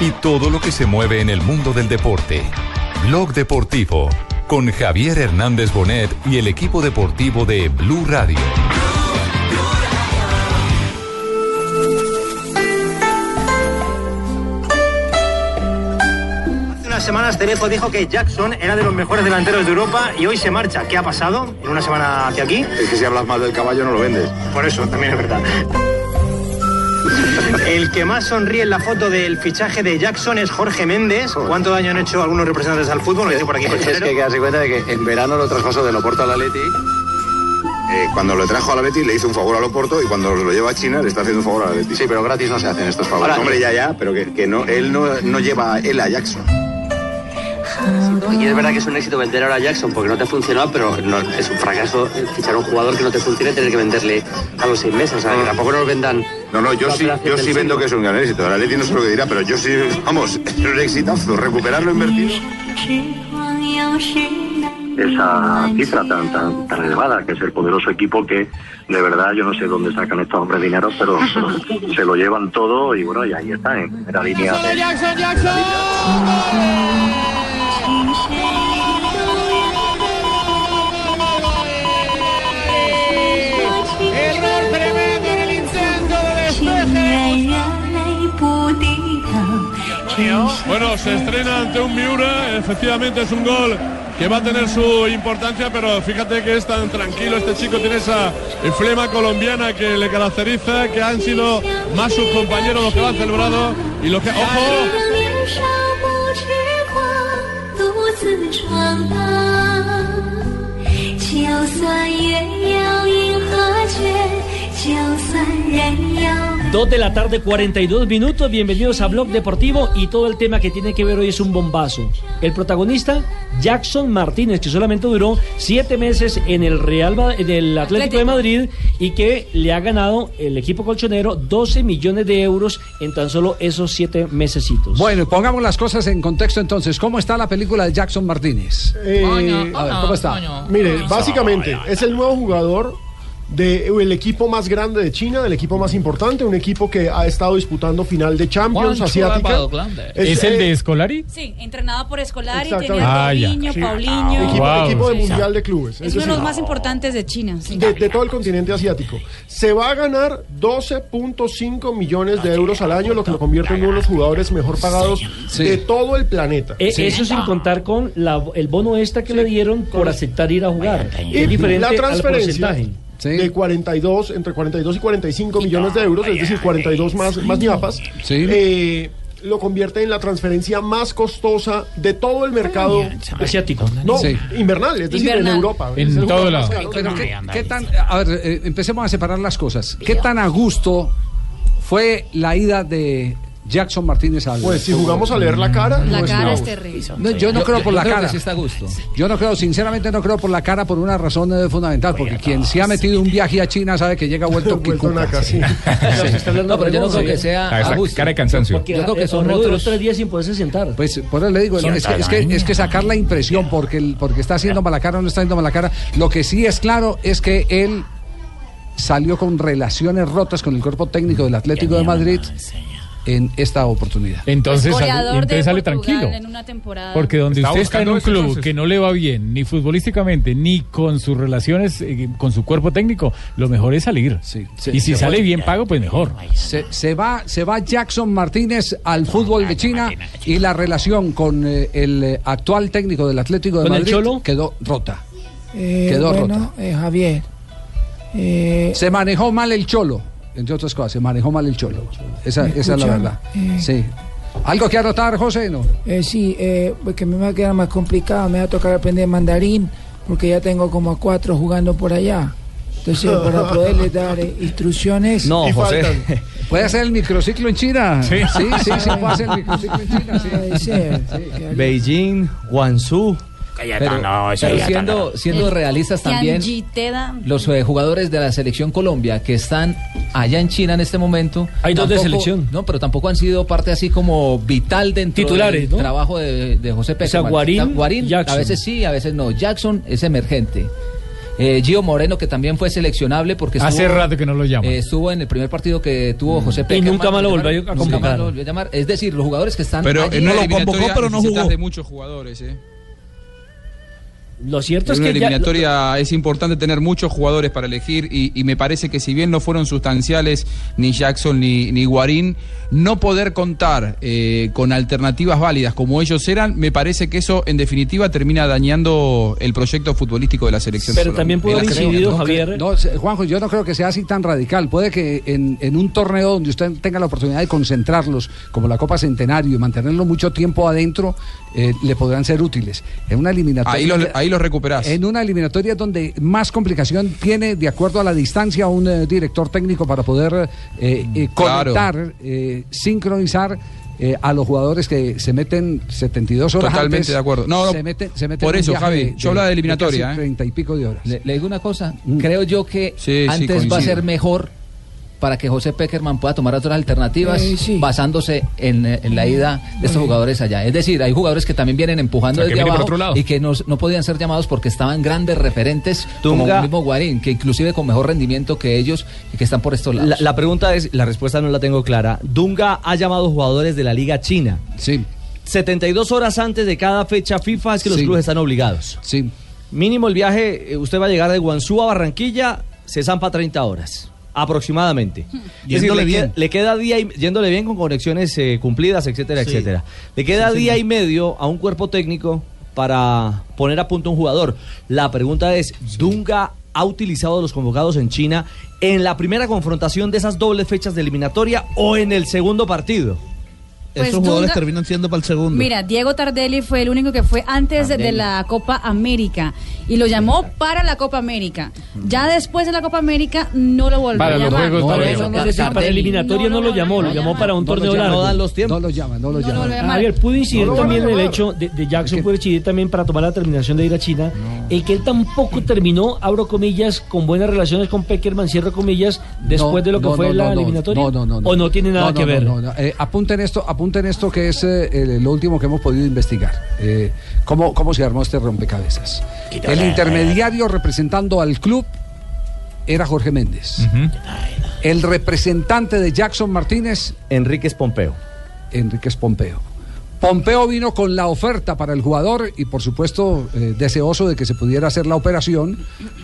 y todo lo que se mueve en el mundo del deporte. Blog Deportivo con Javier Hernández Bonet y el equipo deportivo de Blue Radio. Hace unas semanas Terezo dijo que Jackson era de los mejores delanteros de Europa y hoy se marcha. ¿Qué ha pasado? En una semana hacia aquí. Es que si hablas mal del caballo no lo vendes. Por eso, también es verdad. El que más sonríe en la foto del fichaje de Jackson es Jorge Méndez. ¿Cuánto daño han hecho algunos representantes al fútbol? Lo dice por aquí. Pues Es que hay que darse cuenta de que en verano lo traspasó del Oporto al Atleti. Eh, cuando lo trajo al Atleti le hizo un favor al Oporto y cuando lo lleva a China le está haciendo un favor al Atleti. Sí, pero gratis no se hacen estos favores. Hombre, ya, ya, pero que, que no, él no, no lleva él a Jackson. Y es verdad que es un éxito vender ahora a Jackson porque no te ha funcionado, pero no- es un fracaso eh, fichar a un jugador que no te funcione y tener que venderle a los seis meses. O sea, que tampoco nos vendan. Ah. No, no, yo la sí, operación yo del sí vendo siglo. que es un gran éxito. El Atleti no sé lo que dirá, pero yo sí, vamos, es un exitazo. Recuperarlo invertido. 时光有时难 esa cifra tan, tan, tan elevada, que es el poderoso equipo que de verdad yo no sé dónde sacan estos hombres dinero, pero, pero se lo llevan todo y bueno, y ahí está, en primera línea. de- Error tremendo en el intento de despeje. Bueno, se estrena ante un Miura, efectivamente es un gol que va a tener su importancia, pero fíjate que es tan tranquilo, este chico tiene esa flema colombiana que le caracteriza, que han sido más sus compañeros los que lo han celebrado y los que... ¡Ojo! 年少不痴狂，独自闯荡。就算月有阴和缺，就算人有。 2 de la tarde, 42 minutos. Bienvenidos a Blog Deportivo y todo el tema que tiene que ver hoy es un bombazo. El protagonista, Jackson Martínez, que solamente duró 7 meses en el Real Ma- en el Atlético de Madrid y que le ha ganado el equipo colchonero 12 millones de euros en tan solo esos 7 mesecitos. Bueno, pongamos las cosas en contexto entonces. ¿Cómo está la película de Jackson Martínez? Eh, A ver, ¿cómo está? Mire, básicamente es el nuevo jugador del equipo más grande de China, del equipo más importante, un equipo que ha estado disputando final de Champions asiática. ¿Es el de eh, Escolari? Sí, entrenada por Escolari, Exactamente. tenía a Ah, ya. Robinho, Sí. Paulinho. equipo, Wow. equipo de Sí. mundial de clubes. Es uno de decir, los más importantes de China. sí. de, de todo el continente asiático. Se va a ganar 12.5 millones de euros al año, lo que lo convierte en uno de los jugadores mejor pagados Sí. de todo el planeta. Eh, Eso Ah. sin contar con la- el bono extra que le dieron por aceptar ir a jugar. Y es diferente la transferencia al porcentaje. Sí. de 42, entre 42 y 45 millones de euros, es decir, 42 más, más ñapas, Sí. eh, lo convierte en la transferencia más costosa de todo el mercado Asiático. no, Sí. invernal, es decir, en Invernal. Europa. En Es el todo jugador lado. más caro. Pero ¿qué, qué tan, a ver, eh, empecemos a separar las cosas. ¿Qué tan a gusto fue la ida de Jackson Martínez al Pues si jugamos a leer la Mm. cara, Pues La no es cara nada. es terrible. No, yo no creo por la cara. Yo no creo, sinceramente no creo por la cara por una razón eh, fundamental, porque quien se ha metido un viaje a China sabe que llega vuelto Vuelto quicuca. naca, sí. No, pero yo no creo que sea. Ah, cara de cansancio. Porque son otros eh, tres días sin poderse sentar. Pues por eso le digo, es que, es, que, es que sacar la impresión porque, el- porque está haciendo mala cara o no está haciendo mala cara. Lo que sí es claro es que él salió con relaciones rotas con el cuerpo técnico del Atlético de Madrid en esta oportunidad. Entonces, Goleador sale- entonces de sale Portugal tranquilo. En una temporada. Porque donde Está usted está en buscando un eso, club entonces. que no le va bien, ni futbolísticamente, ni con sus relaciones, eh, con su cuerpo técnico, lo mejor es salir. Sí, y si sale bien pago, pues mejor. Se, se va, se va Jackson Martínez al fútbol de China y la relación con eh, el eh, actual técnico del Atlético de ¿Con el Madrid Cholo? quedó rota. Quedó rota. Eh, Javier, eh, Se manejó mal el Cholo, entre otras cosas, se manejó mal el Cholo. Esa, esa es la verdad. Eh, Sí. ¿Algo que anotar, José? No. eh, sí, porque me va a quedar más complicado, me va a tocar aprender mandarín, porque ya tengo como a cuatro jugando por allá. Entonces, para poderles dar eh, instrucciones. Y faltan. ¿Puede hacer el microciclo en China? Sí, sí, sí, puede hacer el microciclo en China. sí. Puede ser. Beijing, Guangzhou. Cállate, no, eso pero ya siendo, está. siendo El realistas también, Tianji Teda. los eh, jugadores de la selección Colombia que están allá en China en este momento. Hay dos de tampoco- selección. No, pero tampoco han sido parte así como vital dentro Titulares, del ¿no? trabajo de, de José sea, Pérez. Guarín, a Jackson. veces sí, a veces no. Jackson es emergente. Eh, Gio Moreno, que también fue seleccionable porque Hace estuvo- rato que no lo Mm. llaman. eh, estuvo en el primer partido que Mm. tuvo José Pérez. nunca más lo volvió a convocar. Es decir, los jugadores que están. Pero allí- él no lo convocó, pero no jugó. de muchos jugadores, ¿eh? Lo cierto En es una que ya- eliminatoria es importante tener muchos jugadores para elegir y, y me parece que si bien no fueron sustanciales ni Jackson ni, ni Guarín, no poder contar eh, con alternativas válidas como ellos eran, me parece que eso en definitiva termina dañando el proyecto futbolístico de la selección. colombiana. De la selección. No creo- no, se- Juanjo, yo no creo que sea así tan radical. Puede que en, en un torneo donde usted tenga la oportunidad de concentrarlos, como la Copa Centenario, y mantenerlos mucho tiempo adentro, eh, le podrán ser útiles. En una eliminatoria. Ahí los, ahí los recuperás. En una eliminatoria donde más complicación tiene, de acuerdo a la distancia, un eh, director técnico para poder eh, eh, Claro. conectar, eh, sincronizar eh, a los jugadores que se meten 72 horas Totalmente antes, de acuerdo. No, no, se meten- se meten por en un eso, viaje Javi, yo hablaba de eliminatoria, casi ¿eh? 30 y pico de horas. Mm. Le, le digo una cosa, creo yo que Sí, sí, antes va coincido. a ser mejor para que José Peckerman pueda tomar otras alternativas Eh, Mm. basándose en, eh, en la ida de estos jugadores allá. Es decir, hay jugadores que también vienen empujando O sea, que desde vienen por abajo otro lado. y que no, no podían ser llamados porque estaban grandes referentes como Tunga. el mismo Guarín, que inclusive con mejor rendimiento que ellos y que están por estos lados. La, la pregunta es, la respuesta no la tengo clara. Dunga ha llamado jugadores de la Liga China. Sí. 72 horas antes de cada fecha FIFA es que los Sí. clubes están obligados. Sí. Mínimo el viaje, eh, usted va a llegar de Guangzhou a Barranquilla, se zampa 30 horas, aproximadamente. Hmm. Es decir, Yéndole le, que- bien. le queda día y, yéndole bien con conexiones eh, cumplidas, etcétera, Sí. etcétera. Le queda Sí, día señor. y medio a un cuerpo técnico para poner a punto un jugador. La pregunta es, ¿Dunga ha utilizado a los convocados en China en la primera confrontación de esas dobles fechas de eliminatoria o en el segundo partido? Pues Esos jugadores Dunga- terminan siendo para el segundo. Mira, Diego Tardelli fue el único que fue antes de- de la Copa América y lo llamó para la Copa América. Ya después de la Copa América no lo volvió a llamar. Por eso no le llaman. para el eliminatorio no lo llamó, lo llamó para un torneo largo. No lo llaman, no lo llaman. Pues Javier, pudo incidir No lo van a también en el llamar. hecho de, de Jackson, pudo incidir también para tomar la terminación de ir a China, el que él tampoco terminó, abro comillas, con buenas relaciones con Peckerman, cierro comillas, después No, de lo que no, fue no, la no, no, eliminatoria. no, no, no, no. O no tiene No, nada no, que ver. no, no, no. Eh, apunten esto, apunten esto que es eh, el- lo último que hemos podido investigar. Eh, ¿cómo, ¿Cómo se armó este rompecabezas? Quita El la- intermediario representando al club era Jorge Méndez. El representante de Jackson Martínez, Enríquez Pompeo. Enríquez Pompeo. Pompeo vino con la oferta para el jugador y por supuesto eh, deseoso de que se pudiera hacer la operación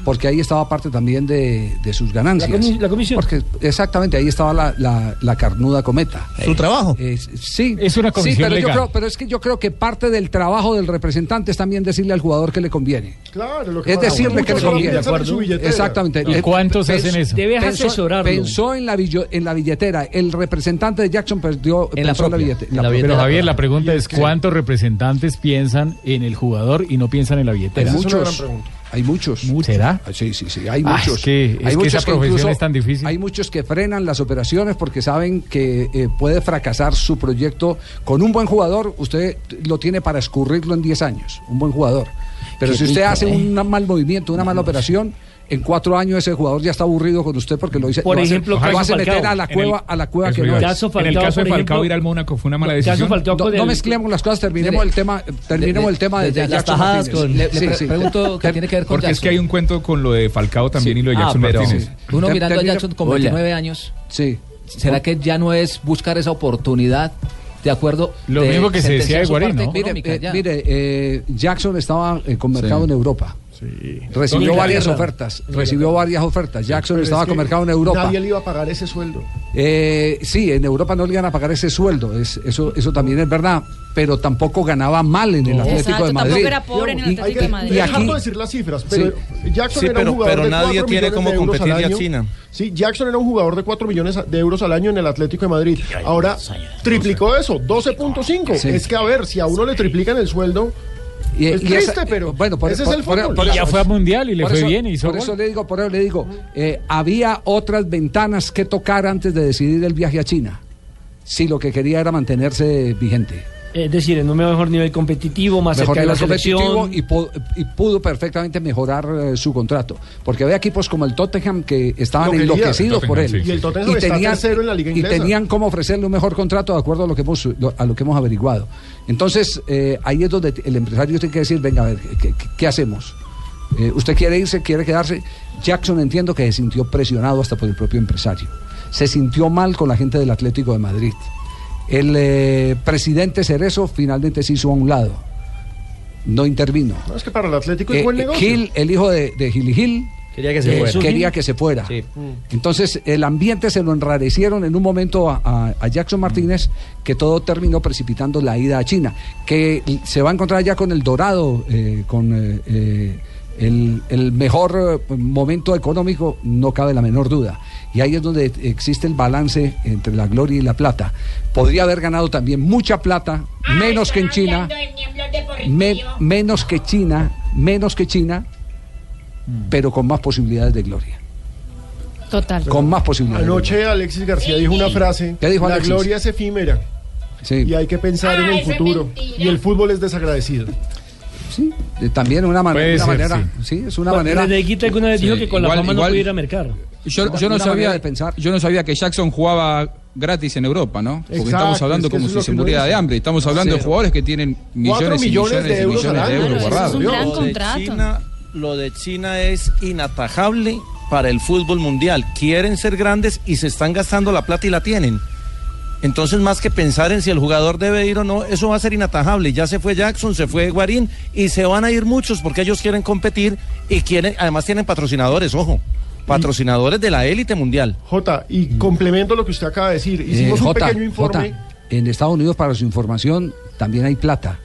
porque ahí estaba parte también de, de sus ganancias. La comi- comisión. Porque exactamente ahí estaba la, la- la carnuda cometa. Eh, ¿Su trabajo? sí. Es una comisión Sí, pero, legal. Yo creo, pero es que yo creo que parte del trabajo del representante es también decirle al jugador que le conviene. Claro, lo que Es pasa, decirle muchos que le solo conviene. piensan en su billetera. Exactamente. Eh, pens- pensó- Pensó en la, billo- en la billetera. El representante de Jackson perdió, En la pensó propia. billete- la propia. Pero Javier, la pregunta es cuántos representantes piensan en el jugador y no piensan en la billetera. Hay muchos. Hay muchos. ¿Será? Sí, sí, sí. Hay Ah, muchos. es que- es hay que muchos esa profesión incluso- es tan difícil. Hay muchos que frenan las operaciones porque saben que eh, puede fracasar su proyecto. Con un buen jugador, usted lo tiene para escurrirlo en 10 años. Un buen jugador. Pero Qué si usted rico, hace eh. un mal movimiento, una mala operación. En cuatro años ese jugador ya está aburrido con usted porque lo dice. Por ejemplo, lo Caso hace meter Falcao. a la En el- cueva, a la cueva eso que iba no a es. decir. En el caso de Falcao ir al Mónaco fue una mala decisión. No, no mezclemos las cosas, terminemos el tema, terminemos el tema de, de- de las Jackson tajadas Martínez. con- le- le pre- pregunto qué tiene que ver con Porque es que hay un cuento con lo de Falcao también y lo de Ah, Jackson pero Martínez. Uno Te- mirando termina- a Jackson con Hola. 29 años. Sí. ¿Será que ya no es buscar esa oportunidad de acuerdo? Lo de mismo que se decía sentenciar de su Guarín, parte ¿no? Mire, económica eh, ya? mire, eh, Jackson estaba eh, con mercado en Europa. Recibió Inglaterra. varias ofertas. Recibió varias ofertas. Jackson Pero es estaba que con mercado en Europa. Nadie le iba a pagar ese sueldo. Eh, sí, en Europa no le iban a pagar ese sueldo. Es, eso, eso también es verdad. Pero tampoco ganaba mal en el Atlético de Madrid. Y- Hay que- y- Es Y harto aquí, decir las cifras, pero Jackson Sí, era pero- un jugador pero de nadie 4 tiene millones cómo de euros al competirle a año. China. Sí, Jackson era un jugador de 4 millones de euros al año en el Atlético de Madrid. Ahora triplicó eso, 12.5. Sí. Es que a ver, si a uno le triplican el sueldo, Y- Es y triste, esa- eh, pero bueno, por, ese es por- el por- fútbol. por- Y ya fue a Mundial y le por fue eso- bien y hizo Por gol. eso le digo, por eso le digo, eh, había otras ventanas que tocar antes de decidir el viaje a China. Si lo que quería era mantenerse vigente. Es decir, en un mejor nivel competitivo, más mejor cerca de la nivel competitivo selección. y pudo, y pudo perfectamente mejorar eh, su contrato. Porque había equipos como el Tottenham que estaban Lo quería. enloquecidos El por Tottenham, él. sí, sí. Y el Tottenham está tercero en la liga y inglesa. tenían cómo ofrecerle un mejor contrato de acuerdo a lo que hemos, lo- a lo que hemos averiguado. Entonces, eh, ahí es donde el empresario tiene que decir, venga, a ver, ¿qué, qué- qué hacemos? Eh, ¿Usted quiere irse, quiere quedarse? Jackson entiendo que se sintió presionado hasta por el propio empresario. Se sintió mal con la gente del Atlético de Madrid. El eh, presidente Cerezo finalmente se hizo a un lado. No intervino. No, es que para el Atlético es Eh, buen negocio. Gil, el hijo de, de Gil Gil, Quería que se eh, fuera. quería que se fuera. Mm. Entonces, el ambiente se lo enrarecieron en un momento a, a- a Jackson Martínez, que todo terminó precipitando la ida a China, que l- se va a encontrar ya con el dorado, eh, con eh, eh, el, el mejor eh, momento económico, no cabe la menor duda. Y ahí es donde existe el balance entre la gloria y la plata. Podría haber ganado también mucha plata, menos que en China. Me- menos que China, menos que China, Mm. pero con más posibilidades de gloria. Total. Con más posibilidades. de Anoche Alexis García dijo una frase. ¿Qué dijo la Alexis? gloria es efímera. Y hay que pensar en el futuro. Y el fútbol es desagradecido. gloria. Eh, También una, man- Puede una ser, manera. Sí. es una manera. Reneguita alguna vez dijo que con la igual- fama no igual- pudiera ir a mercar. Yo, yo no Una sabía, manera de pensar. yo no sabía que Jackson jugaba gratis en Europa, ¿no? Porque Exacto, estamos hablando es que como eso es si se lo que uno muriera de dice. hambre. Estamos hablando de Cero. jugadores que tienen millones y millones, y millones de euros guardados. Lo de China- Lo de China es inatajable para el fútbol mundial. Quieren ser grandes y se están gastando la plata y la tienen. Entonces, más que pensar en si el jugador debe ir o no, eso va a ser inatajable. Ya se fue Jackson, se fue Guarín y se van a ir muchos porque ellos quieren competir y quieren, además tienen patrocinadores, ojo, patrocinadores de la élite mundial. Jota, y complemento lo que usted acaba de decir. Eh, Hicimos un Jota, pequeño informe. Jota, en Estados Unidos, para su información, también hay plata.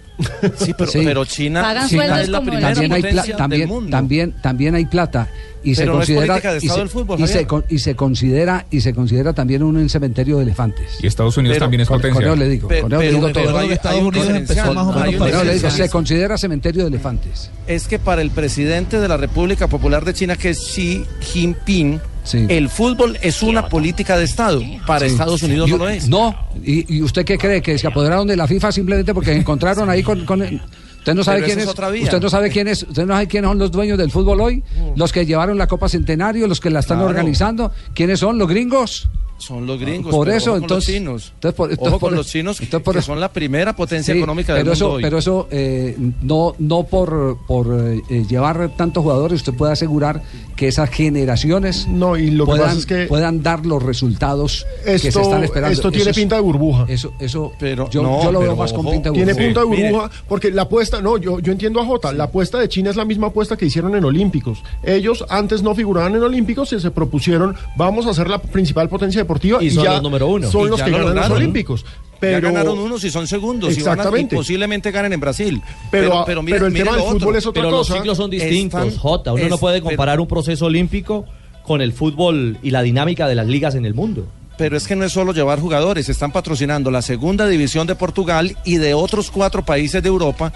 Sí, pero, pero China, Sí, China tam- es la primera también hay, potencia pla- también, del mundo. también, también hay plata y se Pero no es considera política de y, Estado se, del fútbol, y se Javier. con- y se considera y se considera también un cementerio de elefantes. Y Estados Unidos Pero- también es con- potencia. con eso le digo, Pe- con eso le pero- digo pero todo. hay un Estados Unidos diferencial, empezó más o Con- menos con eso le parecido. digo, se considera cementerio de elefantes. es que para el presidente de la República Popular de China, que es Xi Jinping, el fútbol es una política de Estado. Para Sí. Estados Unidos Y- no lo es. No, ¿Y, y usted qué cree? ¿Que se apoderaron de la FIFA simplemente porque se encontraron ahí con... con- Usted no sabe Pero quién esa es, es otra vía. Mm. usted no sabe quién es, usted no sabe quiénes son los dueños del fútbol hoy, los que llevaron la Copa Centenario, los que la están Claro. organizando, ¿quiénes son? ¿Los gringos? Son los gringos. Por pero eso, ojo con los entonces- chinos. entonces por- entonces Ojo por- con los chinos, que son la primera potencia Sí, económica del pero mundo eso, hoy. Pero eso eh, no, no por, por eh, llevar tantos jugadores, usted puede asegurar que esas generaciones no, y lo que puedan, pasa es que- puedan dar los resultados que se Esto- están esperando. esto tiene pinta de burbuja. Eso, eso pero, yo, yo lo veo más con pinta de burbuja. Tiene punta de burbuja, porque la apuesta, no, yo, yo entiendo a Jota, la apuesta de China es la misma apuesta que hicieron en Olímpicos. Ellos antes no figuraban en Olímpicos y se propusieron, vamos a ser la principal potencia deportiva. Y son ya los número uno. Son Y los ya que lo ganan los lograron. Olímpicos. Pero, ya ganaron unos y son segundos. Exactamente. Y, van a, y posiblemente ganen en Brasil. Pero, ah, mira- pero el mira tema lo del otro. fútbol es otra Pero los cosa. ciclos son distintos, Están- Jota. Uno es- no puede comparar un proceso olímpico con el fútbol y la dinámica de las ligas en el mundo. Pero es que no es solo llevar jugadores, están patrocinando la segunda división de Portugal y de otros cuatro países de Europa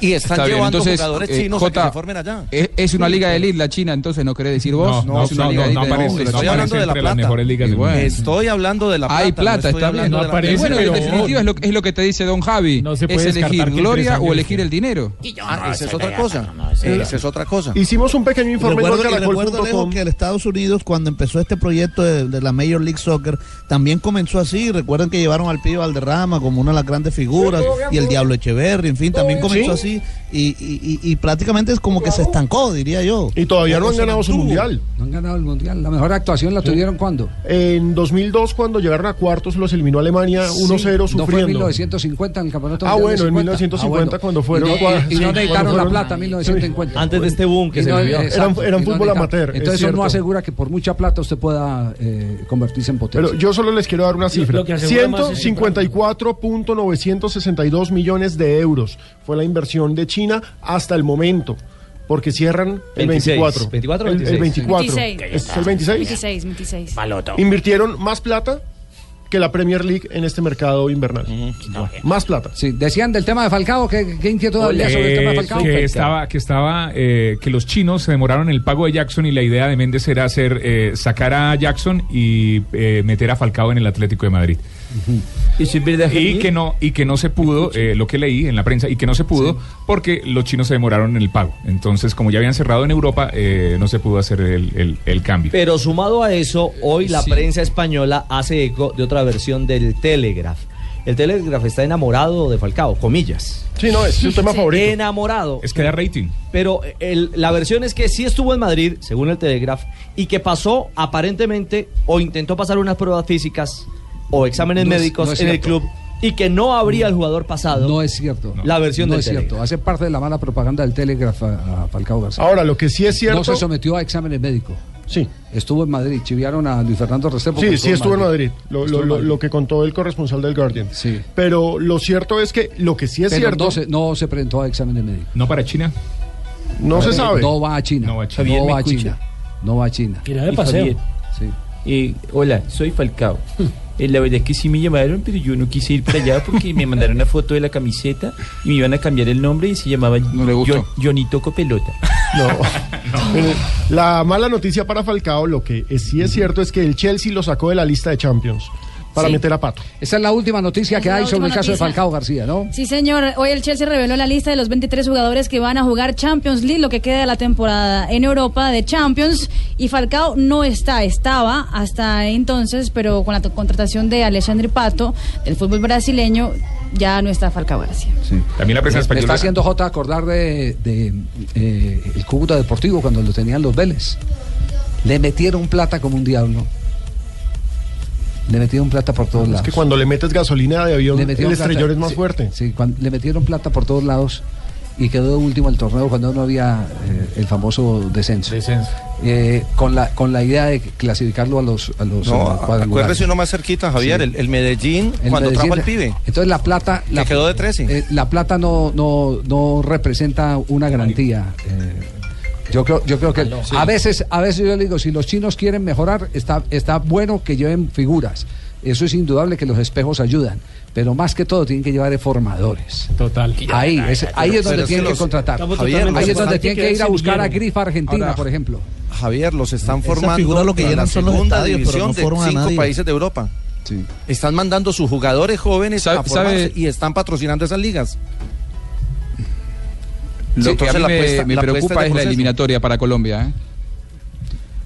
y están Está bien, llevando entonces, jugadores eh, chinos a Jota, que se formen allá. Es, es una liga de elite la China, entonces no querés decir vos. No, es una no, liga no, de no elite la aparece, China. no Estoy hablando aparece de la entre las plata. mejores ligas Y del bueno. mundo. Estoy hablando de la plata, Hay no plata, estoy está bien. hablando de la plata. Y bueno, Pero- en definitiva es lo, es lo que te dice don Javi. se puede es elegir descartar que en tres gloria años o elegir el dinero. Ah, esa es eso otra ya cosa. Eh, Esa es otra cosa. Hicimos un pequeño informe en Recuerdo, y recuerdo Alejo, golcaracol.com. que en Estados Unidos, cuando empezó este proyecto de, de la Major League Soccer, también comenzó así. Recuerden que llevaron al Pío Valderrama como una de las grandes figuras y el Diablo Echeverry, en fin, también comenzó así. Y, y- y- y prácticamente es como que se estancó, diría yo. Y todavía no O han se ganado su mantuvo. mundial. No han ganado el mundial. La mejor actuación la tuvieron cuando. En 2002, cuando llegaron a cuartos, los eliminó Alemania 1-0 Sí, No fue en sufriendo. 1950 en el campeonato. Ah, mundial bueno, de Ah, en 1950 cuando fueron. Y no- cua- Y, sí, y no cuando necesitaron la fueron- plata en 1950. Antes de este boom que Y se vivió. Era un- exacto, era un y no fútbol necesitaron. amateur, es Entonces eso cierto. no asegura que por mucha plata usted pueda eh, convertirse en potencia. Pero yo solo les quiero dar una cifra. lo que asegura más es el 154.962 millones de euros fue la inversión de China hasta el momento. Porque cierran el 26. 24. 24 o El- El, 26. 24. 26. ¿Es el 26? 26, 26. Invirtieron más plata que la Premier League en este mercado invernal. Más plata. Sí, decían del tema de Falcao, ¿qué, qué inquietud había sobre el tema de Eh, Falcao? que estaba que estaba eh, que los chinos se demoraron en el pago de Jackson y la idea de Méndez era hacer eh, sacar a Jackson y eh, meter a Falcao en el Atlético de Madrid ¿Y si pierde y Henry? que no y que no se pudo eh, lo que leí en la prensa y que no se pudo porque los chinos se demoraron en el pago entonces como ya habían cerrado en Europa eh, no se pudo hacer el, el- el cambio Pero sumado a eso, hoy la sí. prensa española hace eco de otra versión del Telegraph. El Telegraph está enamorado de Falcao, comillas. Sí, no, es su tema favorito. Enamorado. Es que da rating. Pero eh, el- la versión es que sí estuvo en Madrid, según el Telegraph, y que pasó aparentemente o intentó pasar unas pruebas físicas o exámenes No es- médicos no es en el cierto. club y que no habría el jugador pasado. No es cierto. La versión no del es cierto. Hace parte de la mala propaganda del Telegraph a, a Falcao García. Ahora, lo que sí es cierto- No se sometió a exámenes médicos. Sí. Estuvo en Madrid. Chiviaron a Luis Fernando Restrepo. que Sí, sí estuvo en Madrid. Lo, Estuvo lo- en lo- Madrid. lo que contó el corresponsal del Guardian. Pero lo cierto es que lo que sí es Pero cierto. no se, no se presentó a exámenes médicos. no para China No se sabe. No va a China. No No va va a China. Javier, ¿me a escucha? China. No va a China. Era de paseo. Eh, hola, soy Falcao. Eh, la verdad es que sí me llamaron, pero yo no quise ir para allá porque me mandaron una foto de la camiseta y me iban a cambiar el nombre y se llamaba Yo- Jonito Copelota. Eh, La mala noticia para Falcao, lo que es- sí es cierto, es que el Chelsea lo sacó de la lista de Champions para Sí. meter a Pato. Esa es la última noticia que Es la hay sobre el última caso de noticia. Falcao García, ¿no? Sí, señor. Hoy el Chelsea reveló la lista de los 23 jugadores que van a jugar Champions League, lo que queda de la temporada en Europa de Champions. Y Falcao no está, estaba hasta entonces, pero con la to- contratación de Alexandre Pato, del fútbol brasileño, ya no está Falcao García. también la prensa Me- Me española está haciendo J acordar de, de, eh, el Cúcuta Deportivo cuando lo tenían los Vélez. Le metieron plata como un diablo. Le metieron plata por todos Es lados. que cuando le metes gasolina de avión, Le el metieron estrellón plata. es más Sí, fuerte. sí, cuan- le metieron plata por todos lados y quedó último el torneo cuando no había eh, el famoso descenso. Eh, con, la, con la idea de clasificarlo a los, a los eh, No, cuadrangulares. acuérdese uno más cerquita, Javier, Sí. el, el Medellín, El cuando Medellín- trajo al pibe. Entonces la plata. Que La, quedó de 13. eh, la plata no, no, no representa una garantía. eh, yo creo, yo creo que Sí. a veces, a veces yo le digo, si los chinos quieren mejorar, está, está bueno que lleven figuras. Eso es indudable que los espejos ayudan. Pero más que todo tienen que llevar de formadores. Total. Ahí, es, ahí es Pero es donde que tienen que los- contratar. Estamos Javier, ahí es los- donde tienen que ir a buscar a semilleros. Grifa Argentina, Ahora, por ejemplo. eh, Javier, los están Esa formando figura lo que para llenan la son los segunda estadios, pero división no forman a de cinco nadie. países de Europa. Están mandando sus jugadores jóvenes a Sabe- formarse sabe- y están patrocinando esas ligas. Lo que a Entonces mí la me, apuesta- me la apuesta preocupa de es la proceso. eliminatoria para Colombia. ¿eh?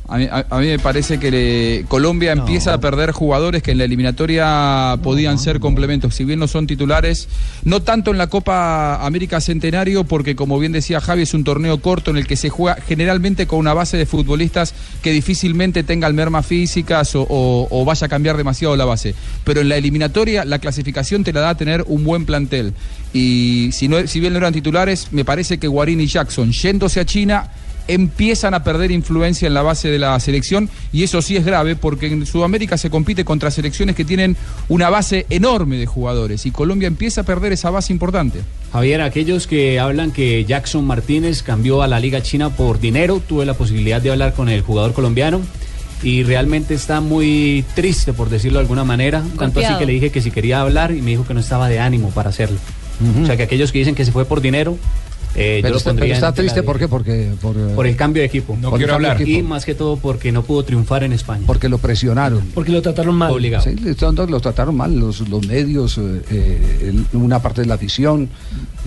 A, mí, a- a mí me parece que le- Colombia empieza a perder jugadores que en la eliminatoria podían ser complementos, si bien no son titulares. No tanto en la Copa América Centenario, porque como bien decía Javi, es un torneo corto en el que se juega generalmente con una base de futbolistas que difícilmente tengan mermas físicas o, o- o vaya a cambiar demasiado la base. Pero en la eliminatoria la clasificación te la da tener un buen plantel. Y si, no, si bien no eran titulares, me parece que Guarín y Jackson, yéndose a China, empiezan a perder influencia en la base de la selección y eso sí es grave porque en Sudamérica se compite contra selecciones que tienen una base enorme de jugadores y Colombia empieza a perder esa base importante. Javier, aquellos que hablan que Jackson Martínez cambió a la Liga China por dinero, tuve la posibilidad de hablar con el jugador colombiano y realmente está muy triste, por decirlo de alguna manera, tanto así Golpeado. que le dije que si quería hablar y me dijo que no estaba de ánimo para hacerlo. O sea, que aquellos que dicen que se fue por dinero, eh, yo Pero lo está, pondría pero está en tela triste, de- ¿por qué? Porque, por, eh, por el cambio de equipo. No Por el quiero cambio de hablar. Y equipo. más que todo porque no pudo triunfar en España. porque lo presionaron. Porque lo trataron mal. Obligado. Sí, le- todos lo trataron mal, los, los medios, eh, eh, el- una parte de la afición,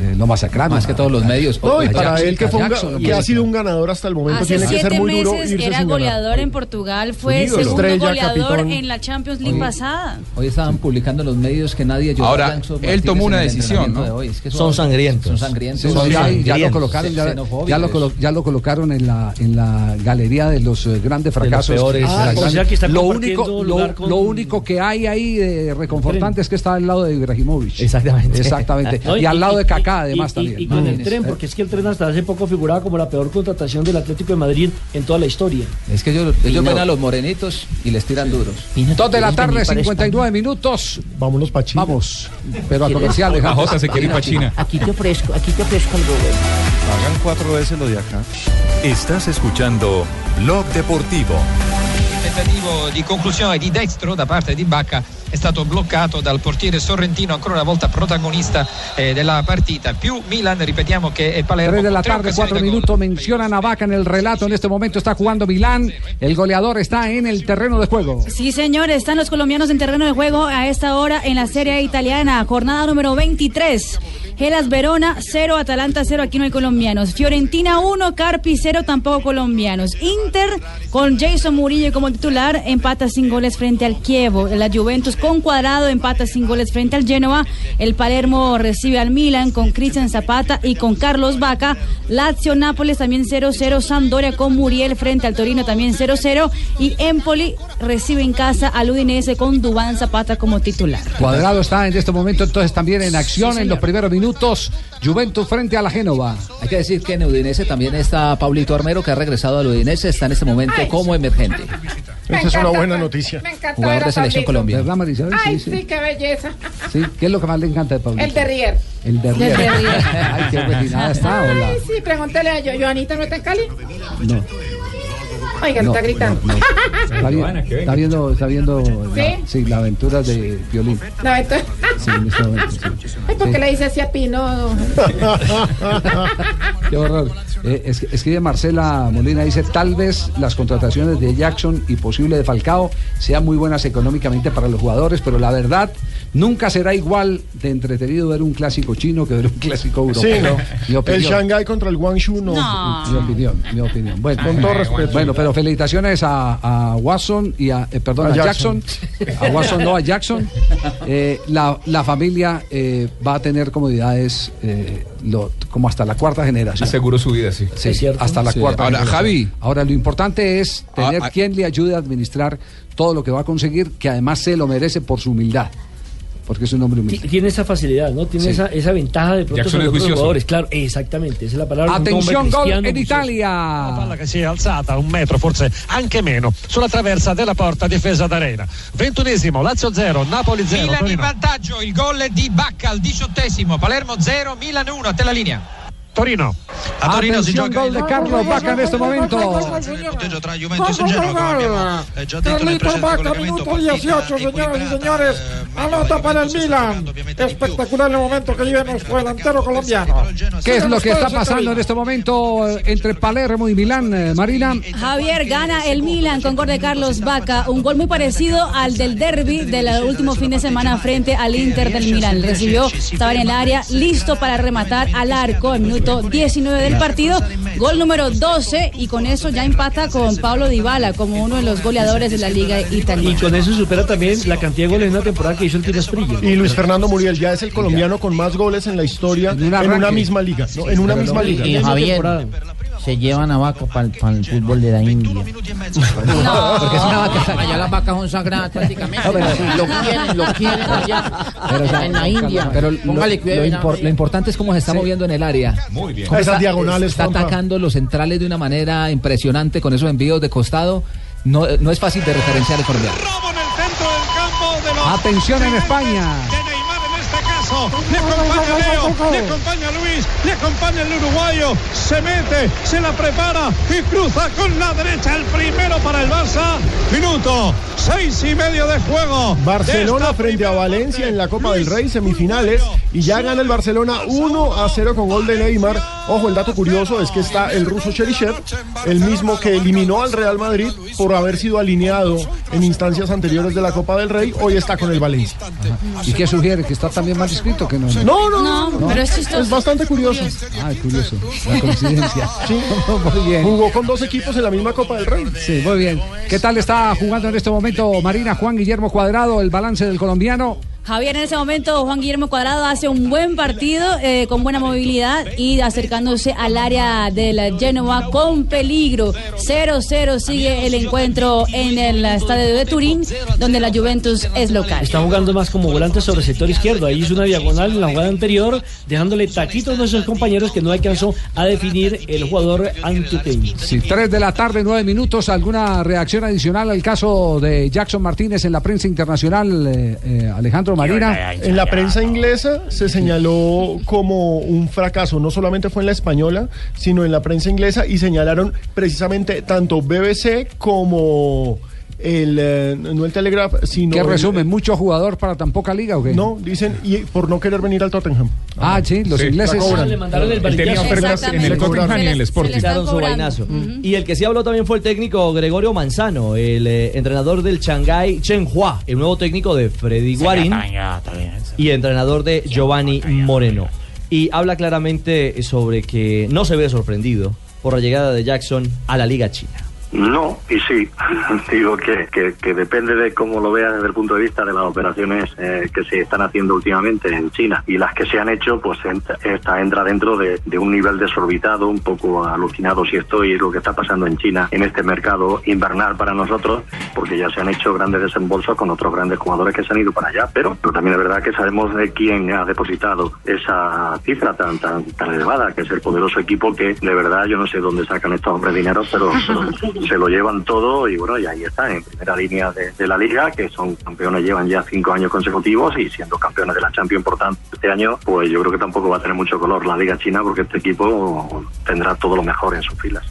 eh, lo masacraron. Más que todos los medios. No, No, y para él que, fue un ga- que ha sido un ganador hasta el momento, Hace tiene que ser siete muy duro meses irse era sin ganar. goleador en Portugal, fue ídolo. segundo Estrella, goleador capitán. en la Champions League Oye. pasada. Hoy estaban publicando en los medios que nadie ayudó a Ahora, Jackson él Martínez tomó en una el decisión, entrenamiento ¿no? de hoy. Es que Son sangrientos. Son sangrientos. Sí, no, Son ya, ya lo sangrientos. colocaron, ya, Xenofóbicos. ya lo colo- ya lo colocaron en la, en la galería de los eh, grandes fracasos. pues peores. De la Ah, o gran- sea que está lo, compartiendo único, lugar lo, con- lo único que hay ahí de reconfortante es que está al lado de Ibrahimovic. Exactamente. Exactamente. No, y, al lado de Kaká, además, y- también. Y, con el Imagínese. tren, porque es que el tren hasta hace poco figuraba como la peor contratación del Atlético de Madrid en toda la historia. Es que ellos, ellos no. ven a los morenitos y les tiran duros. Dos de la tarde, 59 minutos. Vámonos para China. Vamos. Pero a comerciales. Jota antes. se quiere ir pa' China. Aquí te ofrezco, aquí te ofrezco algo bueno. Pagan cuatro veces lo de acá. Estás escuchando Blog Deportivo. tentativo di conclusione di destro da parte di Bacca è stato bloccato dal portiere sorrentino, ancora una volta protagonista eh, della partita. Più Milan, ripetiamo che è Palermo. 3 de con la tre tarde, occasioni 4 da gol. minutos. Mencionan a Vaca en el relato. En este momento está jugando Milán. El goleador está en el terreno de juego. Sí, señor, están los colombianos en terreno de juego a esta hora en la Serie Italiana, jornada número 23. Gelas Verona 0, Atalanta 0, aquí no hay colombianos. Fiorentina 1, Carpi 0, tampoco colombianos. Inter con Jason Murillo como titular, empata sin goles frente al Kievo. La Juventus con Cuadrado empata sin goles frente al Genoa. El Palermo recibe al Milan con Cristian Zapata y con Carlos Vaca. Lazio Nápoles también 0-0. Sampdoria con Muriel frente al Torino también 0-0. Y Empoli recibe en casa al Udinese con Dubán Zapata como titular. Cuadrado está en este momento entonces también en acción en señor. los primeros minutos. Juventus frente a la Génova. Hay que decir que en Udinese también está Pablito Armero, que ha regresado al Udinese, está en este momento como emergente. Esa es una buena noticia. Me encanta Jugador ver de a selección Pablito. Colombia. ¿Verdad, Marisabel? Ay, Sí, sí, sí. qué belleza. Sí, ¿Qué es lo que más le encanta de Pablito? El derrier. El de Riera. Ay, qué refinada Ah, está, hola. Ay, sí, pregúntale a yo. ¿Joanita no está en Cali? No, Oiga, No, está gritando. no, está, vi- está viendo, está viendo la, ¿Sí? sí, la aventura de Violín. No, entonces- Sí, en este momento, sí. Ay, ¿por qué le dice así a Pino? Qué horror. Eh, es- escribe Marcela Molina, dice, tal vez las contrataciones de Jackson y posible de Falcao sean muy buenas económicamente para los jugadores, pero la verdad, nunca será igual de entretenido ver un clásico chino que ver un clásico europeo. Sí, no. Mi El opinión. Shanghai contra el Guangzhou no. Mi Ah. opinión, mi opinión. Bueno, Con todo respeto. Bueno, pero felicitaciones a, a Watson y a, eh, perdón, A a, Jackson. Jackson. A Watson, no a Jackson. Eh, la, la familia eh, va a tener comodidades eh, lo- como hasta la cuarta generación. Aseguró su vida, sí. Sí, hasta la cuarta. Ahora, generación. Javi. Ahora, lo importante es tener Ah, ah. quien le ayude a administrar todo lo que va a conseguir, que además se lo merece por su humildad. Porque es un hombre humilde. Tiene esa facilidad, ¿no? Tiene Sí. esa, esa ventaja de pronto Jackson sobre es otros juicioso. jugadores. Claro, exactamente, esa es la palabra. un hombre Attenzione, gol cristiano, in juicioso. Italia. palla che si è alzata un metro, forse anche meno, sulla traversa della porta difesa d'arena. Ventunesimo, Lazio 0, Napoli 0. Milan in vantaggio, il gol di Bacca al diciottesimo, Palermo 0, Milan 1, a te la linea. Torino. Ah, Ah, A Torino si Attenzione, gioca gol il di Carlo Bacca este in questo momento. punteggio tra Juventus e Genoa, come Eh, abbiamo, Carlito Vaca, minuto 18, señoras y señores. eh, Anota para el Milan. Espectacular el momento que vive nuestro delantero colombiano. ¿Qué es lo que está pasando en este momento eh, entre Palermo y Milán, eh, Marina? Javier gana el Milan con gol de Carlos Vaca, un gol muy parecido al del derby del último fin de semana frente al Inter del Milan. Recibió, estaba en el área, listo para rematar al arco en minuto 19 del partido, gol número 12 y con eso ya empata con Pablo Dybala como uno de los goleadores de la liga Y italiana. con eso supera también la cantidad de goles en una temporada que hizo el Tiras Prillo. Y Luis Fernando Muriel ya es el colombiano con más goles en la historia en, una arranque. misma liga. ¿no? En Ah, una Pero misma no, liga. y- y Javier, Se llevan a vaca para el fútbol de la India. Porque es una vaca. Allá las vacas son sagradas prácticamente. No, pero- Lo quieren, lo quieren allá. en la India. Pero lo, Póngale cuidado. lo impor- lo importante es cómo se está moviendo en el área. Muy bien. Cómo Esas está, diagonales, Está Juanpa. atacando los centrales de una manera impresionante con esos envíos de costado. No, no es fácil de referenciar el colombiano. Atención en España. este este caso, le acompaña Leo, le acompaña Luis, le acompaña el uruguayo, se mete, se la prepara y cruza con la derecha el primero para el Barça. Minuto, seis y medio de juego. Barcelona frente a Valencia en la Copa del Rey, semifinales, y ya gana el Barcelona 1 a 0 con gol de Neymar. Ojo, el dato curioso es que está el ruso Cheryshev, el mismo que eliminó al Real Madrid por haber sido alineado en instancias anteriores de la Copa del Rey, hoy está con el Valencia. ¿Y qué sugiere? ¿Que está también mal escrito? que no? No, no, no, no, pero es, bastante curioso. Ah, curioso. La coincidencia. Sí. Muy bien. Jugó con dos equipos en la misma Copa del Rey. Sí, muy bien. ¿Qué tal está jugando en este momento Marina Juan Guillermo Cuadrado, el balance del colombiano? Javier, en ese momento Juan Guillermo Cuadrado hace un buen partido eh, con buena movilidad y acercándose al área de la Genoa con peligro. 0-0 sigue el encuentro en el estadio de Turín, donde la Juventus es local. Está jugando más como volante sobre el sector izquierdo. Ahí hizo una diagonal en la jugada anterior, dejándole taquitos a nuestros compañeros que no alcanzó a definir el jugador antioqueño. Sí, 3 de la tarde, 9 minutos. ¿Alguna reacción adicional al caso de Jackson Martínez en la prensa internacional, eh, eh, Alejandro Marina? En la prensa inglesa se señaló como un fracaso, no solamente fue en la española, sino en la prensa inglesa y señalaron precisamente tanto BBC como el, eh, no el Telegraph, sino... ¿Qué el- resumen? ¿Mucho jugador para tan poca liga o qué? No, dicen, y por no querer venir al Tottenham. Ah, sí, los Sí, ingleses. la cobran. Le mandaron el Él tenía varillazo. ofertas en el Tottenham y en el Sporting. Echaron su vainazo. Y el que sí habló también fue el técnico Gregorio Manzano, el eh, entrenador del Shanghai Chenhua, el nuevo técnico de Freddy Guarín y entrenador de Giovanni Moreno. Y habla claramente sobre que no se ve sorprendido por la llegada de Jackson a la Liga China. No, y sí, digo que, que- que depende de cómo lo veas desde el punto de vista de las operaciones eh, que se están haciendo últimamente en China. Y las que se han hecho, pues ent- esta entra dentro de, de un nivel desorbitado, un poco alucinado si estoy, lo que está pasando en China, en este mercado invernal para nosotros, porque ya se han hecho grandes desembolsos con otros grandes jugadores que se han ido para allá. Pero, pero también es verdad que sabemos de quién ha depositado esa cifra tan, tan, tan elevada, que es el poderoso equipo que de verdad yo no sé dónde sacan estos hombres dinero, pero, pero se lo llevan todo y bueno, y ahí está, en primera línea de, de la liga, que son campeones, llevan ya cinco años consecutivos y siendo campeones de la Champions por tanto este año, pues yo creo que tampoco va a tener mucho color la liga china porque este equipo tendrá todo lo mejor en sus filas.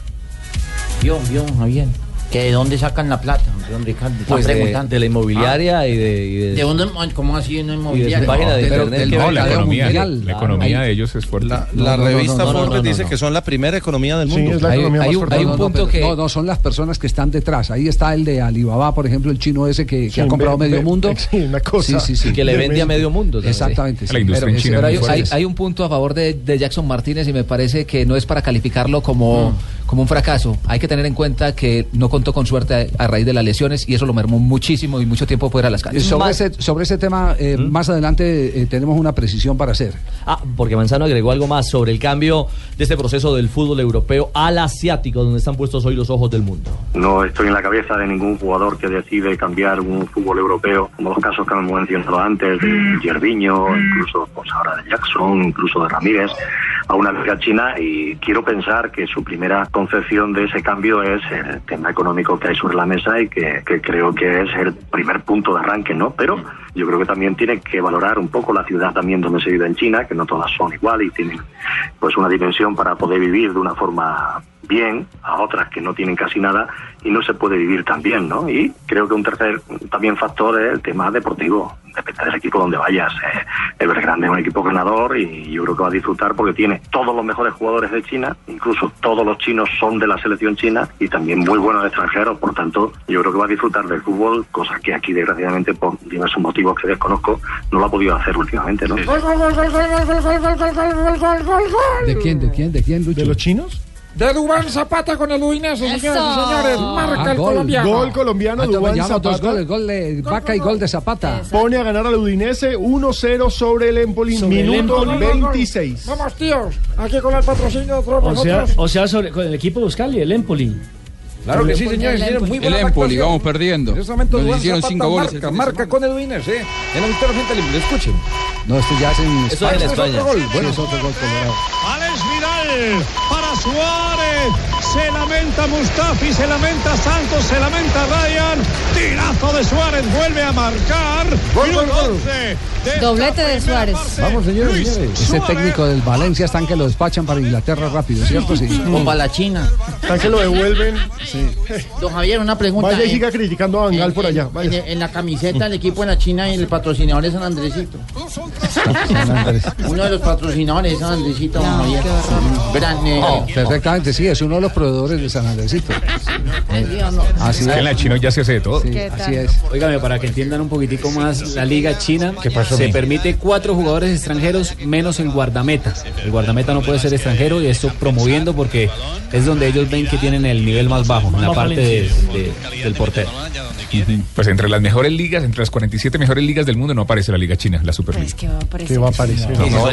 Vio, vio, Javier. ¿Que ¿De dónde sacan la plata, don Ricardo? Está Pues de, preguntando. de la inmobiliaria y de... y Ah, de- ¿De dónde? ay, ¿Cómo así una Y de inmobiliaria? su página de pero internet del que mercado vende. la economía, mundial. la economía Ahí- de ellos es fuerte. La revista Forbes Forbes dice que son la primera economía del mundo. Hay- hay un- hay un punto que- No, no, son las personas que están detrás. Ahí está el de Alibaba, por ejemplo, el chino ese que, que Sí, ha comprado ve- medio ve- mundo. sí, una cosa Sí, sí, sí. Que le vende a medio mundo también. Exactamente. La industria Pero- en China pero es hay- muy hay- Hay, hay un punto a favor de, de Jackson Martínez y me parece que no es para calificarlo como, Mm. como un fracaso. Hay que tener en cuenta que no contó con suerte a, a raíz de las lesiones y eso lo mermó muchísimo y mucho tiempo fuera de las Eh, canchas. Sobre ese, sobre ese tema, eh, más adelante eh, tenemos una precisión para hacer. Ah, porque Manzano agregó algo más sobre el cambio de este proceso del fútbol europeo al asiático, donde están puestos hoy los ojos del mundo. No estoy en la cabeza de ningún jugador que decide cambiar un fútbol europeo, como los casos que hemos mencionado antes, de Gervinho, incluso pues ahora de Jackson, incluso de Ramírez, a una liga china. Y quiero pensar que su primera concepción de ese cambio es el tema económico que hay sobre la mesa y que, que creo que es el primer punto de arranque, ¿no? Pero yo creo que también tiene que valorar un poco la ciudad también donde se vive en China, que no todas son iguales y tienen pues una dimensión para poder vivir de una forma bien, a otras que no tienen casi nada y no se puede vivir tan bien, ¿no? Y creo que un tercer también factor es el tema deportivo, depende del equipo donde vayas. eh, Evergrande es un equipo ganador y yo creo que va a disfrutar porque tiene todos los mejores jugadores de China, incluso todos los chinos son de la selección china y también muy buenos extranjeros, por tanto yo creo que va a disfrutar del fútbol, cosa que aquí desgraciadamente por diversos motivos que desconozco no lo ha podido hacer últimamente, ¿no? Gol, gol, gol, gol, gol, gol, gol, gol, gol, gol, gol, gol, gol, gol. ¿De quién, de quién, de quién, Lucho? ¿De los chinos? De Dubán Zapata con el Udinese, señores y señores. Marca el colombiano. Gol colombiano, Ah, toma, Dubán llevamos dos Zapata. goles, gol de Vaca y gol de Zapata. Pone a ganar al Udinese 1-0 sobre el Empoli, Sobre el minuto Empoli. 26. Vamos, tíos. Aquí con el patrocinio de O Tropas. sea, o sea sobre, con el equipo de Euskadi, el Empoli. Claro que sí, señores, hicieron muy El buena Empoli, actuación. vamos perdiendo. En ese momento Nos Duván hicieron Zapata cinco goles. marca, el fin de marca semana. con el Winner, ¿eh? En la victoria frente al Escuchen. No, este ya es en Eso es en España. España. otro gol. Bueno, Sí. es otro gol colorado. Alex Vidal para Suárez. Se lamenta Mustafi, se lamenta Santos, se lamenta Ryan. Tirazo de Suárez, vuelve a marcar. Minuto 11 de Doblete de Suárez. Vamos, señores, Luis señores. Ese técnico del Valencia están que lo despachan para Inglaterra rápido, ¿cierto? Sí. O para la China. Están que lo devuelven. Don Javier, una pregunta. Eh, Vaya y En- siga criticando a Bangal por allá. En, Vaya. eh, en la camiseta del equipo en la China y el patrocinador es San Andresito. Uno de los patrocinadores es San Andresito, don Javier. Gran, eh, Oh, perfectamente, sí, es uno de los proveedores de San Andresito. Eh, Así Es que en la China ya se hace de todo. Ah, Sí, así es. Óigame, para que entiendan un poquitico más, la Liga China pasó, se mi? permite cuatro jugadores extranjeros menos en guardameta. El guardameta no puede ser extranjero y esto promoviendo porque es donde ellos ven que tienen el nivel más bajo, en la parte de- de- del portero. Pues entre las mejores ligas, entre las 47 mejores ligas del mundo, no aparece la Liga China, la Superliga. Pues Es que va a aparecer. Y No, es que no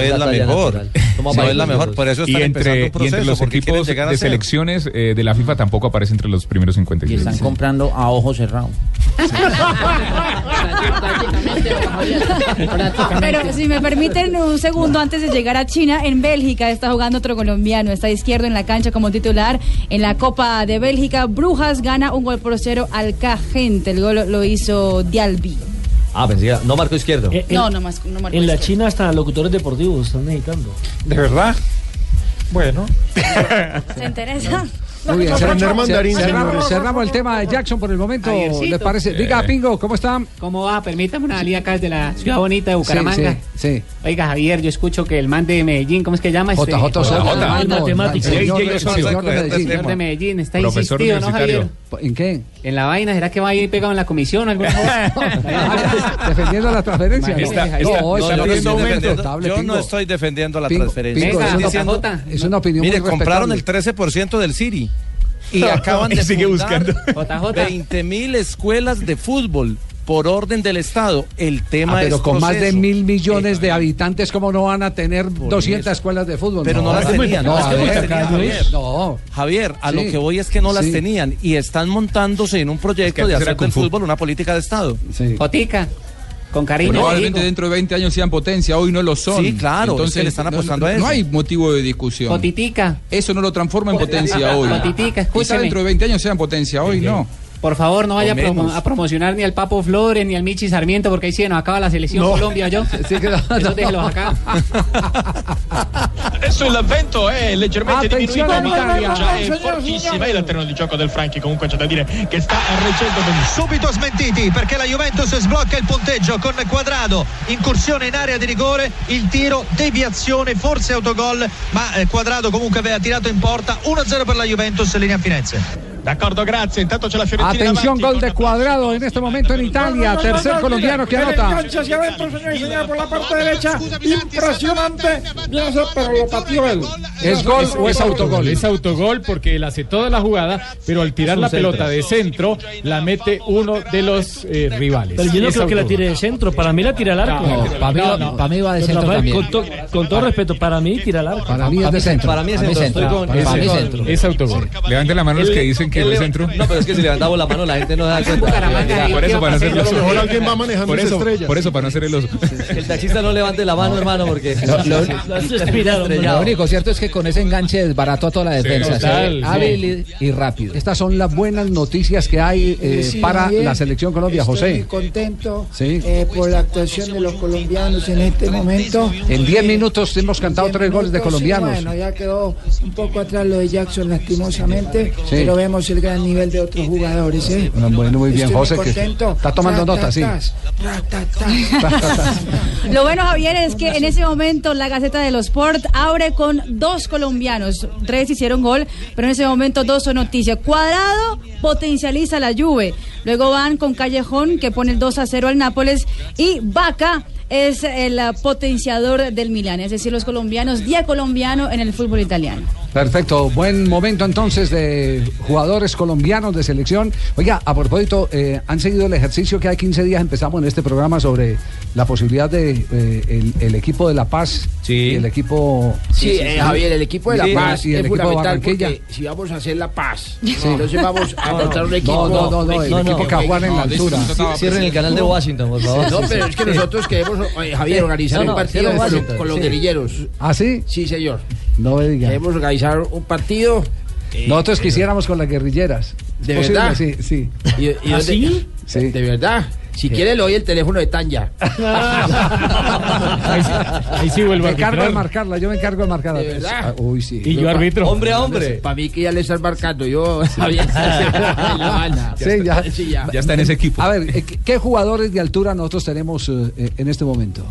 es la mejor. No es la mejor, por eso y están entre, empezando un y entre proceso. los porque quieren equipos llegar a de ser. selecciones eh, de la FIFA tampoco aparece entre los primeros 50. Y están comprando a ojo cerrado. Pero si me permiten un segundo antes de llegar a China, en Bélgica está jugando otro colombiano, está izquierdo en la cancha como titular en la Copa de Bélgica. Brujas gana un gol por cero al Cagente, el gol lo hizo Dialbi. Ah, pensé, que- no marcó izquierdo. Eh, No, no más, no marcó En la izquierdo. China hasta locutores deportivos están necesitando. ¿De verdad? Bueno. ¿Se interesa? Muy bien, cerramos, cerramos, cerramos el tema de Jackson por el momento. Javiercito. ¿Le parece? Diga, Eh. Pingo, ¿cómo están? ¿Cómo va? Permítame una salida acá desde la ciudad bonita de Bucaramanga. Sí, sí. Oiga, Javier, yo escucho que el man de Medellín, ¿cómo es que llama? Este? JJ Osorio. Ah, no, matemático. El señor J.J. de- Osorio. señor de Este Medellín. tema. Señor de Medellín, está Profesor insistido, ¿no, Javier? universitario. ¿En qué? En la vaina, ¿será que va a ir pegado en la comisión? alguna cosa? Defendiendo la transferencia. Está- está- no, está esa pidiendo es aumento. inaceptable, Yo Pingo. no estoy defendiendo la Pingo, transferencia. Pingo, Estoy es una- diciendo- es una opinión Mire, muy compraron el respetable. 13% del City y acaban de Y sigue fundar buscando. 20 mil escuelas de fútbol por orden del Estado. El tema Ah, pero es con más de proceso. mil millones de habitantes, ¿cómo no van a tener 200 escuelas de fútbol? Pero no, las tenían. No, las a tenían, ver, Javier. No. Javier, a Sí. lo que voy es que no las Sí. tenían y están montándose en un proyecto antes de era hacer Kung del Fu. fútbol una política de Estado. Jotica, con cariño. le Probablemente digo. dentro de 20 años sean potencia, hoy no lo son. Sí, claro, es que le están no- no- apostando a eso. No hay motivo de discusión. Jotitica. Eso no lo transforma en potencia hoy. Jotitica, Quizá escúcheme. dentro de 20 años sean potencia, hoy no. Por favor, no O vaya a, promo- menos. a promocionar ni al Papo Flores ni al Michi Sarmiento, porque ahí sí nos acaba la selección No. Colombia, yo. Sí, que Eso déjelos acá. Adesso l'avvento è eh, leggermente Attenzione, diminuito, ma Italia. già è Signore, fortissima signore. e il terreno di gioco del Franchi comunque c'è da dire che sta reggendo benissimo. Subito smentiti perché la Juventus sblocca il punteggio con Quadrado, incursione in area di rigore, il tiro, deviazione, forse autogol, ma eh, Quadrado comunque aveva tirato in porta 1-0 per la Juventus, linea Firenze. D'accordo, grazie. Intanto c'è la Fiorentina Atención, davanti. gol de cuadrado en este momento en Italia. Tercer colombiano que El anota. enganche hacia adentro, señores y señores, por la parte derecha. Impresionante. Viene a ser, pero lo pateó él. Es autogol porque él hace toda la jugada, pero al tirar Es un la centro. pelota de centro, la mete uno de los eh, rivales. Pero yo no Es creo que la autogol. tire de centro, para mí la tira al arco. No, para mí- para mí va de Don centro Rafael, también. Con, to- con todo respeto, para mí tira al arco. Para mí es de centro. Para mí es centro. estoy con- Es para mí es centro. centro. Es autogol. Levanten la mano los que dicen que no es centro. No, pero es que si levantamos la mano la gente no da cuenta. Por eso, para no hacer el A lo oso. mejor alguien va manejando Por esa eso, estrella. por eso, para no hacer el oso. El taxista no levante la mano, hermano, porque Lo, lo- lo estrellado. único cierto es que con ese enganche desbarató a toda la Sí, defensa. se total, ve sí. hábil y- y rápido. Estas son las buenas noticias que hay eh, Sí, para Javier, la selección Colombia, estoy José. Pues muy contento Sí. eh, por la actuación de los colombianos en este momento. En 10 minutos hemos cantado tres goles de Entonces, colombianos. Bueno, ya quedó un poco atrás lo de Jackson, lastimosamente, Sí. pero vemos el gran nivel de otros jugadores. ¿eh? Bueno, bueno, muy bien, Estoy José, que contento. está tomando Ra, ta, nota, sí. tas, ra, ta, tas. Lo bueno, Javier, es que en ese momento la Gaceta de los Sport abre con dos colombianos. Tres hicieron gol, pero en ese momento dos son noticias. Cuadrado potencializa la Juve. Luego van con Callejón, que pone el 2 a 0 al Nápoles. Y Vaca es el eh, potenciador del Milán. Es decir, los colombianos, día colombiano en el fútbol italiano. Perfecto, buen momento entonces de jugadores colombianos de selección. Oiga, a propósito, eh, han seguido el ejercicio que hay 15 días empezamos en este programa sobre la posibilidad de eh, el, el equipo de La Paz y el equipo... Sí, eh, Javier, el equipo de La Sí, Paz y el es equipo de fundamental Barranquilla. porque si vamos a hacer La Paz, Sí. entonces vamos a No, encontrar un no, equipo... no, no, no, el un equipo que va a jugar en la de eso altura. se trataba, pues. Cierren el canal de No. Washington, por favor. No, Sí, pero sí, es que sí. nosotros queremos, eh, Javier, Sí. organizar No, no, un partido cierren con, lo- Washington, con los sí. guerrilleros. ¿Ah, sí? Sí, señor. No me diga. Queremos organizar un partido... eh, Nosotros eh, quisiéramos con las guerrilleras. ¿De ¿Es posible? verdad? Sí, sí. Y, y ¿Ah, dónde- sí? De verdad. Si quiere le doy el teléfono de Tanya. Ahí sí vuelvo me encargo de marcarla, yo me encargo de marcarla. De verdad. Ah, Uy, sí. Hombre a hombre. Para mí que ya le estás marcando. Yo, Javier, Sí, ya. Sí, ya. está en ese equipo. A ver, eh, ¿qué- ¿qué jugadores de altura nosotros tenemos eh, eh, en este momento?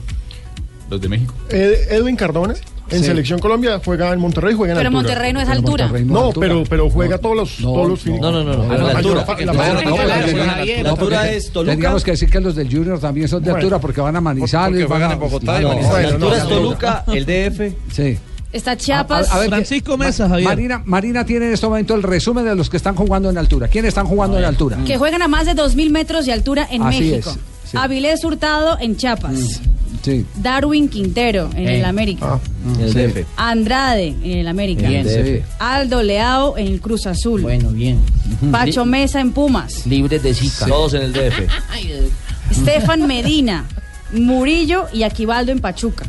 Los de México. Ed- Edwin Cardona en Sí. Selección Colombia juega en Monterrey, juega en Pero altura. Monterrey no es Pero altura. Monterrey no es No, altura. pero, pero juega todos los, todos los fines. no, no, no, no. Ah, La mayor altura. fa- No, la mayor parte no, de no, la- no, la- no, porque Tendríamos que decir que los del Junior también son de Bueno. altura porque van a Manizales. Porque juegan a en Bogotá Ah, y no. Manizales. Bueno, La altura no, es no. Toluca, el DF. Sí. Está Chiapas. A- a ver, que- Ma- Marina, Marina tiene en este momento el resumen de los que están jugando en altura. ¿Quiénes están jugando en altura? que juegan a más de 2.000 metros de altura en Así México. es, sí. Mm. Avilés Hurtado en Chiapas. Sí. Darwin Quintero en Eh. el América. el DF. Andrade en el América. Bien, sí. Aldo Leao en el Cruz Azul. Bueno, bien. Pacho Mesa en Pumas. Libres de cita. Todos en el DF. Estefan Medina, Murillo y Aquivaldo en Pachuca.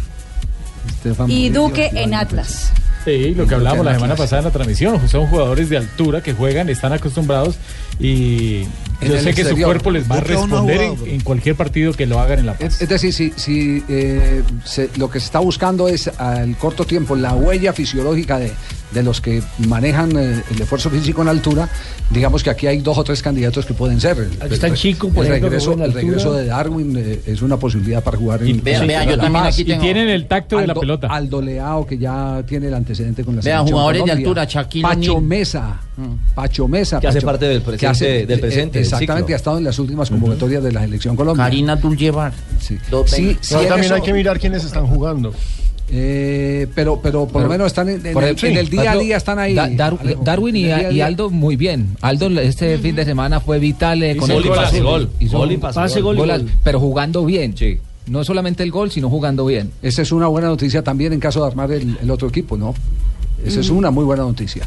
Y Duque en Atlas. Sí, lo que hablábamos la semana pasada en la transmisión, son jugadores de altura que juegan, están acostumbrados y En yo el sé que su exterior. cuerpo les va a Busca uno responder jugado, en, en cualquier partido que lo hagan en la Es, es decir, si, si eh, se- lo que se está buscando es al corto tiempo la huella fisiológica de, de los que manejan eh, el esfuerzo físico en altura, digamos que aquí hay dos o tres candidatos que pueden ser. El- Aquí está el- Chico, por el ejemplo, que regreso, juega en el regreso altura. de Darwin eh, es una posibilidad para jugar en Y vean, en vean, yo altura. también aquí Además, tengo- Y tienen el tacto de la pelota. Aldo Leao, que ya tiene el antecedente con la Vean, selección jugadores de Colombia. altura, Shaquille Pacho O'Neal. Mesa, Pacho Mesa. Que hace Pacho- parte del que presente- del eh, presente, del Exactamente, ciclo. ha estado en las últimas convocatorias de la selección Colombia. Karina Duljevar. Sí. Dos Sí, veinte. sí, Pero también eso- hay que mirar quiénes están jugando. eh, pero, pero por lo Pero- menos están en, en por el, ejemplo, en el día a Pablo, día, están ahí. Da- Dar- Alejo. Darwin y, En el día a y día. Aldo muy bien. Aldo este fin de semana fue vital eh, Hizo con gol el y pase, gol. Gol y pase, gol. Gol y al- gol. Pero jugando bien. No solamente el gol, sino jugando bien. Esa es una buena noticia también en caso de armar el, el otro equipo, ¿no? Esa es Ujú. una muy buena noticia.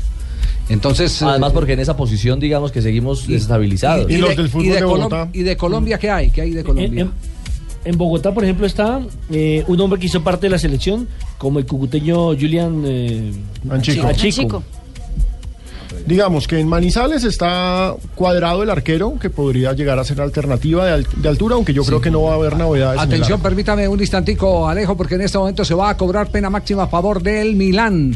Entonces. Además, eh, porque en esa posición, digamos que seguimos desestabilizados. y de- y de, Colom- ¿Y de Colombia qué hay? ¿Qué hay de Colombia? En, en Bogotá, por ejemplo, está eh, un hombre que hizo parte de la selección, como el cucuteño Julian eh, Anchico. Anchico. Digamos que en Manizales está cuadrado el arquero, que podría llegar a ser alternativa de, al- de altura, aunque yo creo que no va a haber novedades. en el Atención, permítame un instantico, Alejo, porque en este momento se va a cobrar pena máxima a favor del Milán.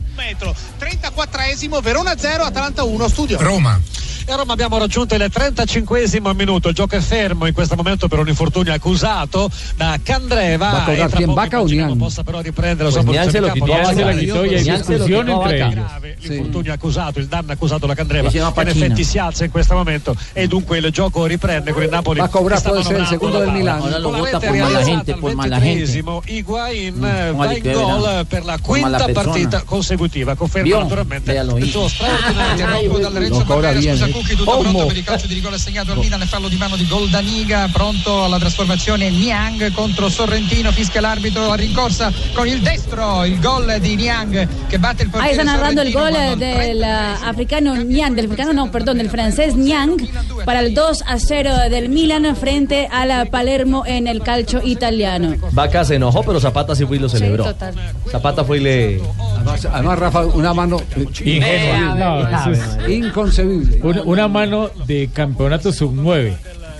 34esimo Verona 0 Atalanta 1 studio Roma. e a Roma abbiamo raggiunto il 35esimo minuto il gioco è fermo in questo momento per un infortunio accusato da Candreva Va a cobrar e tra quién, poco Vaca o immaginiamo Nian? possa però riprendere la sua Pues Nian posizione se in campo. lo quitó, No, Nian se lo Vaca. quitó, y Nian hay se lo discusión quitó a entre Vaca. ellos. Grave, l'infortunio accusato il danno accusato da Candreva E si chiama in Pacchino. effetti si alza in questo momento e dunque il gioco riprende con il Napoli Va a cobrar, che sta può essere il manovrando secondo la del palla. Milan. Ora lo Con la vota rete por mala realizzata gente, al por mala gente. 23esimo, Higuain eh, Mm, va guarda in che era. gol per la Con mala quinta persona. partita consecutiva conferma Vio? naturalmente Véalo, il hijo. suo straordinario Interrompo dal Reggio Lo cobra Valera, bien, scusa eh. Cucchi, tutto Oh, pronto mo. per il calcio di rigore segnato al Milan, fallo di mano di Goldaniga, pronto alla trasformazione Niang contro Sorrentino, fischia l'arbitro a rincorsa con il destro, il gol di Niang che batte il Ahí portiere está narrando el Sorrentino gol quando eh, al del eh, africano Niang, del africano no, perdón, del francés Niang para el 2 a 0 del Milan frente a la Palermo en el calcio italiano. Vaca se enojó, pero Zapata sí fue y lo celebró. Total. Zapata fue y le. Además, además, Rafa, una mano eh, Ingenua. No, eso es- inconcebible. Una, una mano de campeonato sub-9.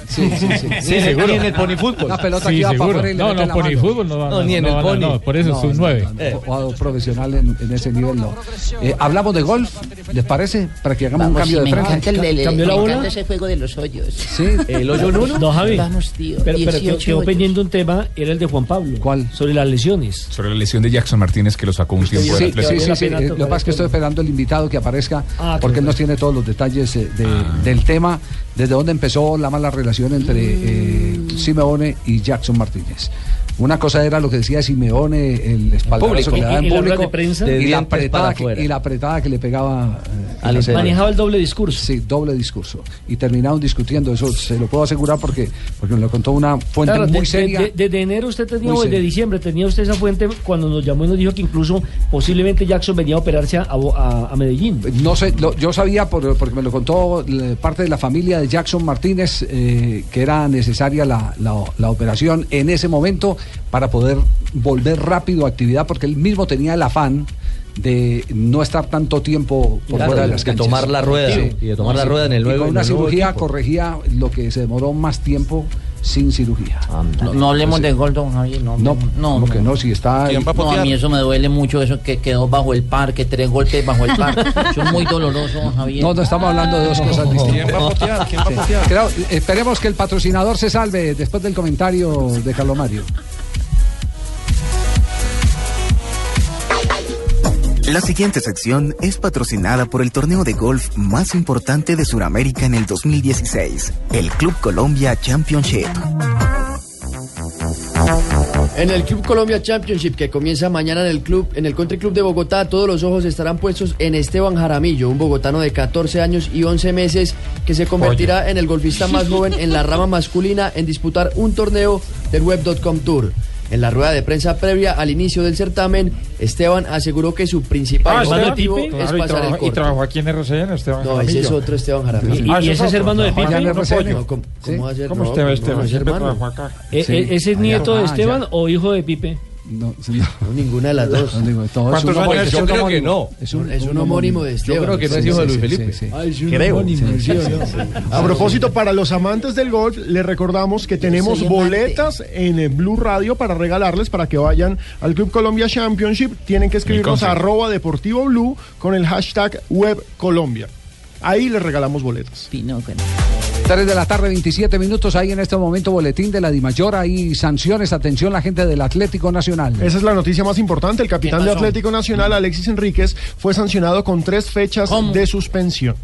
Sí, sí, sí. Sí, seguro. Ni en el ponifútbol. Una pelota sí, que va pa' seguro. fuera y le No, mete no, la ponifútbol no mano. va no, no, no, no, por eso No, sub-9. no, no, jugador profesional en, en ese nivel no. Eh, hablamos de golf, ¿les parece? Para que hagamos un Vamos, sí, cambio me de frente. encanta el, el- el- ¿Cambió la me bola? encanta ese juego de los hoyos. Sí. El hoyo en uno. No, Javi. Vamos, tío. Pero, pero quedó, 18 quedó hoyos. pendiente un tema, era el de Juan Pablo. ¿Cuál? Sobre las lesiones. Sobre la lesión de Jackson Martínez que lo sacó un Sí, tiempo del sí, Atlético. sí, sí, sí. Eh, Lo que pasa es que estoy esperando el invitado que aparezca Ah, porque él claro. nos tiene todos los detalles eh, de- del tema, desde dónde empezó la mala relación entre eh, Simeone y Jackson Martínez. Una cosa era lo que decía Simeone, el espaldarazo público. que le daba en En la rueda público de prensa. De y, la dientes apretada para que, afuera. y la apretada que le pegaba eh, Al en la manejaba el doble discurso. Sí, doble discurso. Y terminaron discutiendo, eso se lo puedo asegurar porque, porque me lo contó una fuente Claro, muy de- de- seria. de- desde enero usted Muy tenía, o desde seria. diciembre tenía usted esa fuente cuando nos llamó y nos dijo que incluso posiblemente Jackson venía a operarse a, Bo- a- a Medellín. Eh, No sé, lo- yo sabía por- porque me lo contó eh, parte de la familia de Jackson Martínez eh, que era necesaria la, la- la operación en ese momento para poder volver rápido a actividad porque él mismo tenía el afán de no estar tanto tiempo por Claro, fuera de de- las de canchas. tomar la rueda, y de tomar la rueda en el Y nuevo- con en una el nuevo cirugía equipo. corregía lo que se demoró más tiempo sin cirugía. No, no hablemos Entonces, de gol, don Javier. No, No, hablemos- no, como que no, si está... No, a mí eso me duele mucho, eso que quedó bajo el parque, tres golpes bajo el parque. Eso es muy doloroso, don Javier. No, no estamos hablando de dos cosas distintas. Sí. Creo- esperemos que el patrocinador se salve después del comentario de Carlos Mario. La siguiente sección es patrocinada por el torneo de golf más importante de Sudamérica en el 2016, el Club Colombia Championship. En el Club Colombia Championship que comienza mañana en el club, en el Country Club de Bogotá, todos los ojos estarán puestos en Esteban Jaramillo, un bogotano de 14 años y 11 meses que se convertirá en el golfista más joven en la rama masculina en disputar un torneo del Web.com Tour. En la rueda de prensa previa al inicio del certamen, Esteban aseguró que su principal Ah, objetivo es Claro, y, pasar el trabajó, y corte. trabajó aquí en RCN, Esteban No, ese Jaramillo. es otro Esteban Jaramillo. Ah, otro, trabajó Pipe? aquí en No, RCN. no, ¿cómo, cómo va a ser? ¿Cómo este No, este Esteban? no, Esteban es siempre hermano. Pues trabajó acá. ¿E- e- ¿Ese es nieto de Esteban o hijo de Pipe? No, Ah, no. ninguna de las dos. ¿Cuántos ¿Cuántos años? años? Yo creo que no. Es un, es un homónimo de Esteban. Sí, sí, sí, sí, sí. Ah, es un Creo. homónimo, Sí, sí, sí, ¿o no? sí. A propósito, para los amantes del golf, les recordamos que tenemos soy amante. boletas en eh, Blue Radio para regalarles para que vayan al Club Colombia Championship. Tienen que escribirnos concepto. a arroba deportivo blue con el hashtag web Colombia. Ahí les regalamos boletas. 3 de la tarde, 27 minutos. Ahí en este momento boletín de la Dimayor. Hay sanciones. Atención la gente del Atlético Nacional. Esa es la noticia más importante. El capitán de pasó? Atlético Nacional, Alexis Enríquez, fue sancionado con tres fechas de suspensión.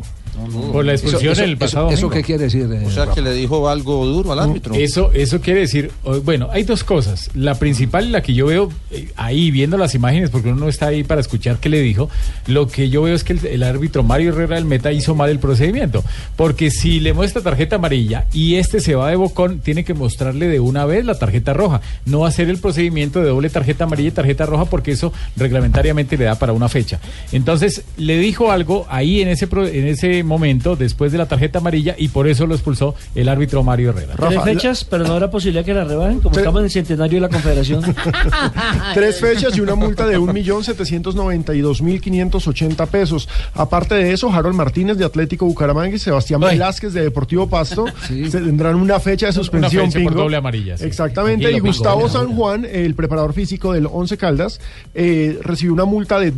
Por la expulsión Eso- el eso- pasado ¿Eso domingo. qué quiere decir? eh, O sea, Rafa? que le dijo algo duro al árbitro. Mm, Eso, eso quiere decir, o- bueno, hay dos cosas. La principal, y la que yo veo eh, ahí viendo las imágenes, porque uno no está ahí para escuchar qué le dijo, lo que yo veo es que el, el árbitro Mario Herrera del Meta hizo mal el procedimiento. Porque si le muestra tarjeta amarilla y este se va de bocón, tiene que mostrarle de una vez la tarjeta roja. No hacer el procedimiento de doble tarjeta amarilla y tarjeta roja, porque eso reglamentariamente le da para una fecha. Entonces, le dijo algo ahí en ese, pro- en ese momento, después de la tarjeta amarilla, y por eso lo expulsó el árbitro Mario Herrera. Tres fechas, pero no habrá posibilidad que la rebajen, como estamos en el centenario de la Confederación. Tres fechas y una multa de 1.792.580 pesos. Aparte de eso, Harold Martínez de Atlético Bucaramanga y Sebastián Velázquez de Deportivo Pasto se tendrán una fecha de suspensión. fecha por Pingo. doble amarilla, sí. Exactamente. Tranquilo, Y Pingo, Gustavo buena, San Juan, el preparador físico del Once Caldas, eh, recibió una multa de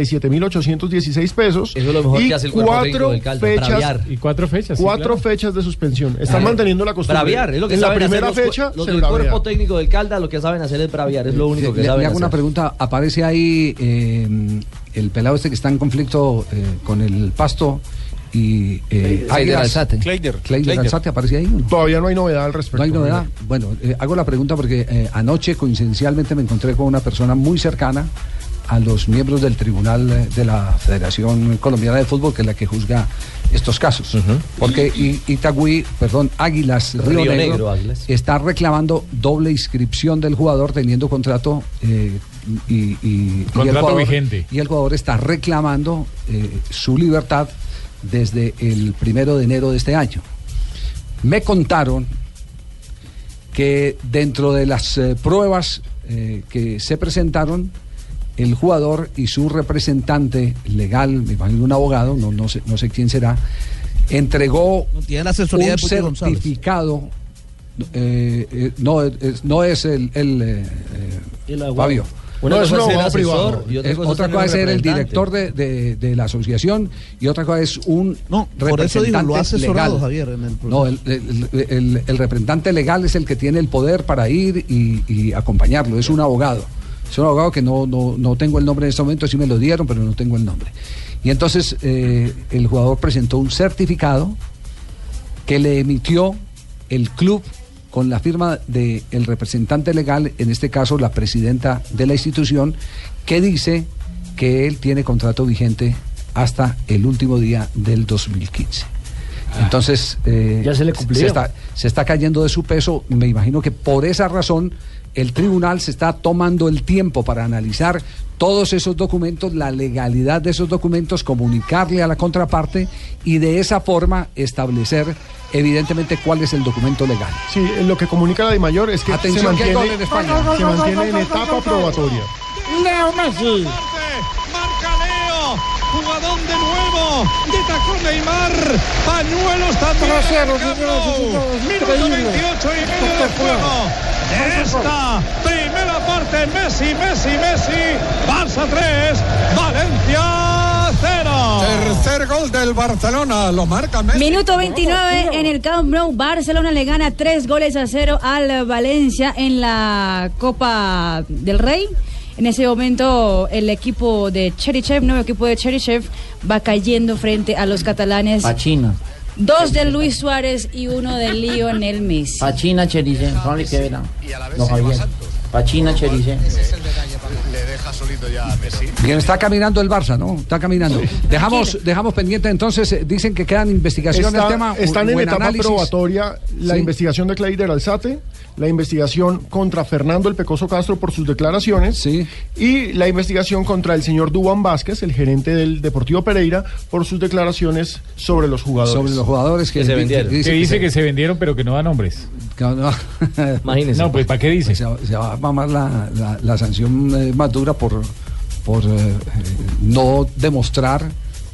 2.757.816 pesos. Eso es lo mejor y que hace el cuerpo técnico cuatro del Caldas, fechas. braviar. Y cuatro fechas. sí, Cuatro claro. fechas de suspensión. Están Claro. manteniendo la costumbre. Braviar, es lo que en la saben primera hacer los cu- fecha los se del bravea. cuerpo técnico del Calda lo que saben hacer es braviar, es lo único que le, saben le hago una hacer. pregunta. Aparece ahí eh, el pelado este que está en conflicto eh, con el pasto y eh, Cleider Águilas. Alzate. Cleider. Cleider. Alzate aparece ahí. Todavía no hay novedad al respecto. No hay novedad. Bueno, eh, hago la pregunta porque eh, anoche coincidencialmente me encontré con una persona muy cercana a los miembros del Tribunal eh, de la Federación Colombiana de Fútbol, que es la que juzga estos casos. Porque I- Itagüí, perdón, Águilas Río, Río Negro, Negro, Águilas. está reclamando doble inscripción del jugador teniendo contrato eh, y, y- y el Contrato jugador, vigente. Y el jugador está reclamando eh, su libertad desde el primero de enero de este año. Me contaron que dentro de las eh, pruebas eh, que se presentaron, el jugador y su representante legal, me imagino un abogado, no, no, sé, no sé quién será, entregó tiene la asesoría un de Pucho González. certificado. eh, eh, no, es, no es el, el, eh, eh, El abogado. Fabio. Una no, cosa es ser abogado asesor y otra Es- cosa es otra ser cosa es un ser el representante. director de, de- de la asociación y otra cosa es un no, Por eso digo, lo ha asesorado Javier en el no, el, el- el- el representante legal es el que tiene el poder para ir y, y acompañarlo, es un abogado. Es un abogado que no, no, no tengo el nombre en este momento, sí me lo dieron, pero no tengo el nombre. Y entonces eh, el jugador presentó un certificado que le emitió el club con la firma del representante legal, en este caso la presidenta de la institución, que dice que él tiene contrato vigente hasta el último día del 2015. Entonces, eh, Ah. Ya se le cumplió. está, se está cayendo de su peso. Me imagino que por esa razón el tribunal se está tomando el tiempo para analizar todos esos documentos, la legalidad de esos documentos, comunicarle a la contraparte y de esa forma establecer evidentemente cuál es el documento legal. Sí, eh, lo que comunica la de mayor es que Atención, se que hay mantiene, gol en España. se mantiene en etapa probatoria. Leo Messi. Jugadón de nuevo, de tacón Neymar, pañuelos también en el Trasero, señoras y Camp Nou. señores, Minuto increíble. 28 y medio del juego. De esta primera parte, Messi, Messi, Messi, Barça 3, Valencia 0. Tercer gol del Barcelona, lo marca Messi. Minuto 29 en el Camp Nou. Barcelona le gana tres goles a cero al Valencia en la Copa del Rey. En ese momento el equipo de Cherichev, nuevo equipo de Cherichev, va cayendo frente a los catalanes. Pachina. Dos de Luis Suárez y uno de Lionel Messi. Pachina, Cherizen. No le queda. No, Javier. Pachina, Cherizen. Le deja solito ya a Messi. Bien, está caminando el Barça, ¿no? Está caminando. Dejamos, dejamos pendiente entonces, eh, dicen que quedan investigaciones Está- el tema. o- están o en el etapa análisis. probatoria la Sí. investigación de Clayder Alzate, la investigación contra Fernando el Pecoso Castro por sus declaraciones y la investigación contra el señor Dubán Vázquez, el gerente del Deportivo Pereira, por sus declaraciones sobre los jugadores. Sobre los jugadores Que que, dice que se vendieron, pero que no da nombres. No, no. Imagínese. No, pues ¿para qué dice? Se, va- se va a mamar la, la- la sanción eh, más dura por, por eh, eh, no demostrar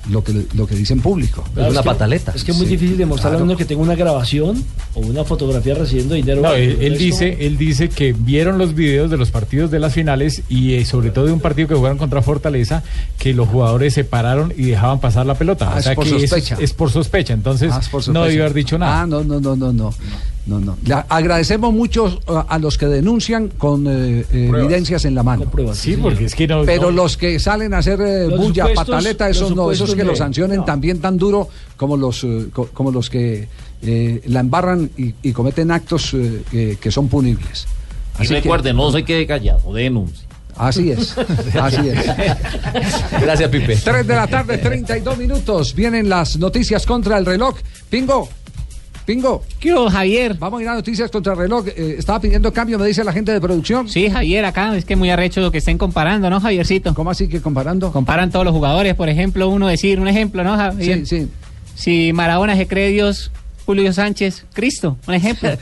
lo que, lo que dice en público. Claro, que- Es que es muy Sí, difícil demostrarle claro. a uno que tenga una grabación o una fotografía recibiendo dinero. No, Bueno, él, él eso- dice, él dice que vieron los videos de los partidos de las finales y eh, sobre todo de un partido que jugaron contra Fortaleza, que los jugadores se pararon y dejaban pasar la pelota. Ah, o es sea por que es- sospecha. Es, por sospecha, entonces Ah, es por no sospecha. debió haber dicho nada. Ah, no, no, no, no, no. No, no. Le agradecemos mucho uh, a los que denuncian con eh, eh, evidencias en la mano. Sí, sí, porque señor. es que no- Pero no- los que salen a hacer eh, Los bulla, supuestos- pataleta, esos los no, esos supuestos que no. lo sancionen también tan duro como los, eh, co- como los que eh, la embarran y, y cometen actos eh, que, que son punibles. Y recuerden, no se quede callado, denuncie. Así es, así es. Gracias, Pipe. 3 de la tarde, 32 minutos. Vienen las noticias contra el reloj. Pingo. Pingo. ¿Qué Javier? Vamos a ir a noticias contra el reloj. Eh, estaba pidiendo cambio, me dice la gente de producción. Sí, Javier, acá es que es muy arrecho lo que estén comparando, ¿no, Javiercito? ¿Cómo así que comparando? Comparan todos los jugadores, por ejemplo, uno decir, un ejemplo, ¿no, Javier? Sí, sí. Si Maradona se cree Dios, Julio Sánchez, Cristo, un ejemplo.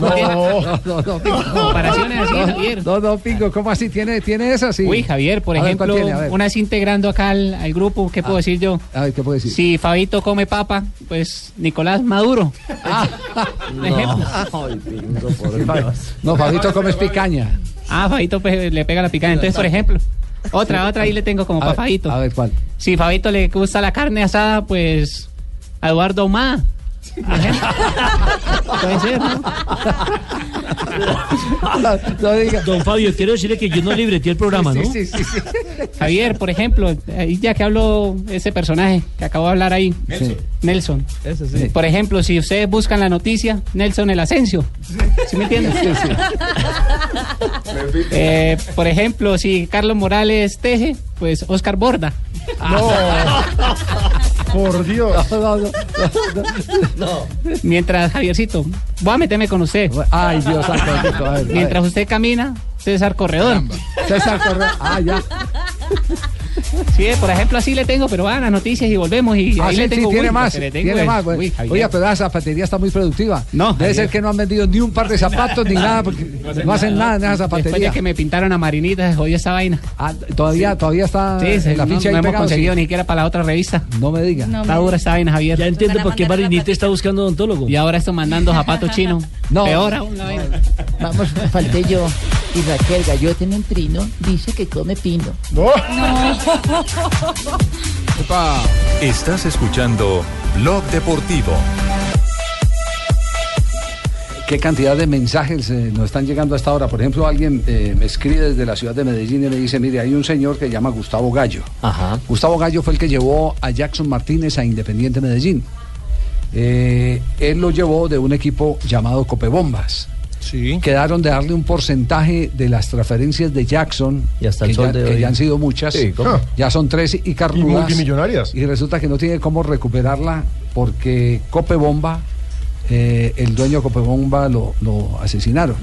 No, no, no, Pingo. Comparaciones así, Javier. No, no, Pingo, ¿cómo así? ¿Tiene, tiene esa? Sí. Uy, Javier, por A ver, ejemplo, ¿cuál tiene? A ver. Ah. una vez integrando acá al, al grupo, ¿qué puedo decir yo? A ver, ¿qué puedo decir? Si Fabito come papa, pues Nicolás Maduro. Ah. un ejemplo. No, Fabito comes picaña. Ah, Fabito pues, le pega la picada. Entonces, por ejemplo, otra, otra ahí le tengo como A para ver, Fabito. A ver, ¿cuál? Si Fabito le gusta la carne asada, pues a Eduardo Ma. Puede ser, ¿no? Don Fabio, quiero decirle que yo no libreté el programa, ¿no? Sí, sí, sí. Javier, por ejemplo, ahí ya que hablo ese personaje que acabo de hablar ahí. Nelson. Nelson. sí. Por ejemplo, si ustedes buscan la noticia, Nelson el Asensio. ¿Sí me entiendes? Eh, por ejemplo, si Carlos Morales teje, pues Oscar Borda. Por Dios. No, no, no, no, Mientras, Javiercito, voy a meterme con usted. Ay, Dios santo, Tito, a ver, a ver. Mientras usted camina, César Corredor. César Corredor. Ah, ya. Sí, eh, por ejemplo, así le tengo, pero van las noticias y volvemos. Y Ah, ahí sí, le sí, tengo, tiene uy, más, lo que le tengo tiene es- más. güey. uy, Javier. Oye, pero la zapatería está muy productiva. No, Debe ser Javier. que no han vendido ni un par de zapatos ni nada, porque no hacen, nada, en esa zapatería. Ah, Después de que me pintaron a Marinita, se jodió esa vaina. Todavía, todavía está Sí, en se- la no, ficha no ahí hemos pegado, conseguido sí. ni siquiera para la otra revista. No me diga. está dura esta vaina, Javier. Ya entiendo por qué Marinita está buscando odontólogo. Y ahora esto mandando zapatos chinos. No. Peor aún la vaina. Vamos, falté yo. Y Raquel Gallote en el trino dice que come pino. Estás escuchando Blog Deportivo. Qué cantidad de mensajes eh, nos están llegando hasta ahora. Por ejemplo, alguien eh, me escribe desde la ciudad de Medellín y me dice, mire, hay un señor que se llama Gustavo Gallo. Gustavo Gallo fue el que llevó a Jackson Martínez a Independiente Medellín. Eh, él lo llevó de un equipo llamado Copebombas. Quedaron de darle un porcentaje de las transferencias de Jackson, hasta el que, ya, sol de que hoy. ya han sido muchas. Sí, ¿cómo? Ya son tres y carrugas. multimillonarias. Y resulta que no tiene cómo recuperarla porque Copebomba, eh, el dueño de Copebomba lo, lo asesinaron.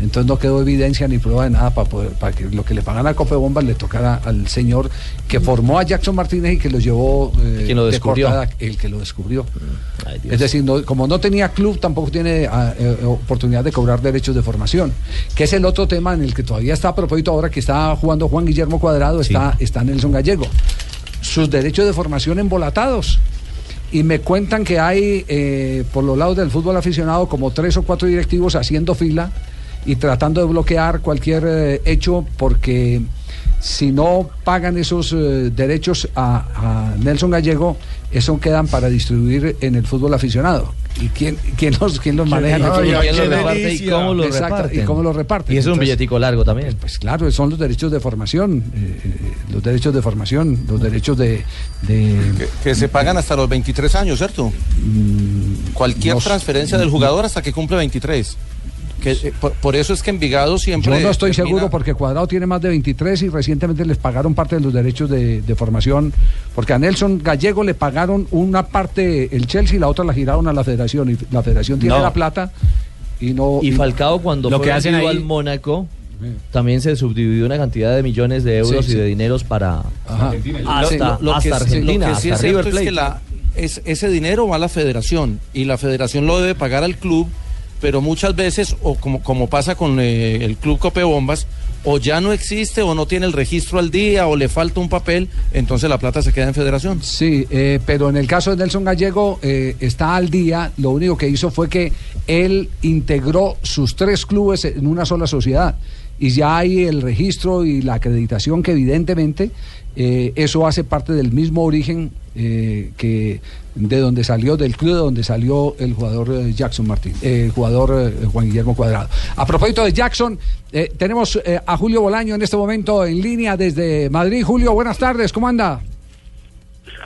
Entonces no quedó evidencia ni prueba de nada para, poder- para que lo que le pagan a Copebomba le tocara al señor que formó a Jackson Martínez y que lo llevó eh, Quien lo de descubrió. cortada, el que lo descubrió. es decir, no- como no tenía club, tampoco tiene ah, eh, oportunidad de cobrar derechos de formación, que es el otro tema en el que todavía está a propósito ahora que está jugando Juan Guillermo Cuadrado, está, está Nelson Gallego. Sus derechos de formación embolatados. Y me cuentan que hay, eh, por los lados del fútbol aficionado, como tres o cuatro directivos haciendo fila y tratando de bloquear cualquier eh, hecho porque si no pagan esos eh, derechos a, a Nelson Gallego, eso quedan para distribuir en el fútbol aficionado. ¿Y quién, quién los, quién los maneja? en el fútbol ¿Quién aficionado? lo reparte y cómo lo Exacto, reparte? ¿y cómo lo reparten? Y eso es un Entonces, billetico largo también. pues claro, son los derechos de formación, eh, eh, los derechos de formación, los derechos de... de- Que se pagan hasta los 23 años, ¿cierto? Cualquier no sé. transferencia del jugador hasta que cumple 23. Que, eh, por, por eso es que Envigado Yo siempre. no estoy termina- seguro porque Cuadrado tiene más de 23 y recientemente les pagaron parte de los derechos de, de formación, porque a Nelson Gallego le pagaron una parte el Chelsea y la otra la giraron a la federación y la federación tiene No. la plata y no... Y Falcao cuando Lo fue que hacen vendido ahí- al Mónaco también se subdividió una cantidad de millones de euros Sí, y sí. de dineros para Ajá. Ah, hasta, lo- lo que hasta sí- Argentina, lo que sí hasta es River cierto es Plate. que la- es- ese dinero va a la federación y la federación lo debe pagar al club pero muchas veces, o como, como pasa con eh, el Club Copebombas, o ya no existe, o no tiene el registro al día, o le falta un papel, entonces la plata se queda en federación. Sí, eh, pero en el caso de Nelson Gallego eh, está al día, lo único que hizo fue que él integró sus tres clubes en una sola sociedad y ya hay el registro y la acreditación que evidentemente eh, eso hace parte del mismo origen eh, que de donde salió del club de donde salió el jugador eh, Jackson Martín, eh, el jugador eh, Juan Guillermo Cuadrado. A propósito de Jackson, eh, tenemos eh, a Julio Bolaño en este momento en línea desde Madrid. Julio, buenas tardes, ¿cómo anda?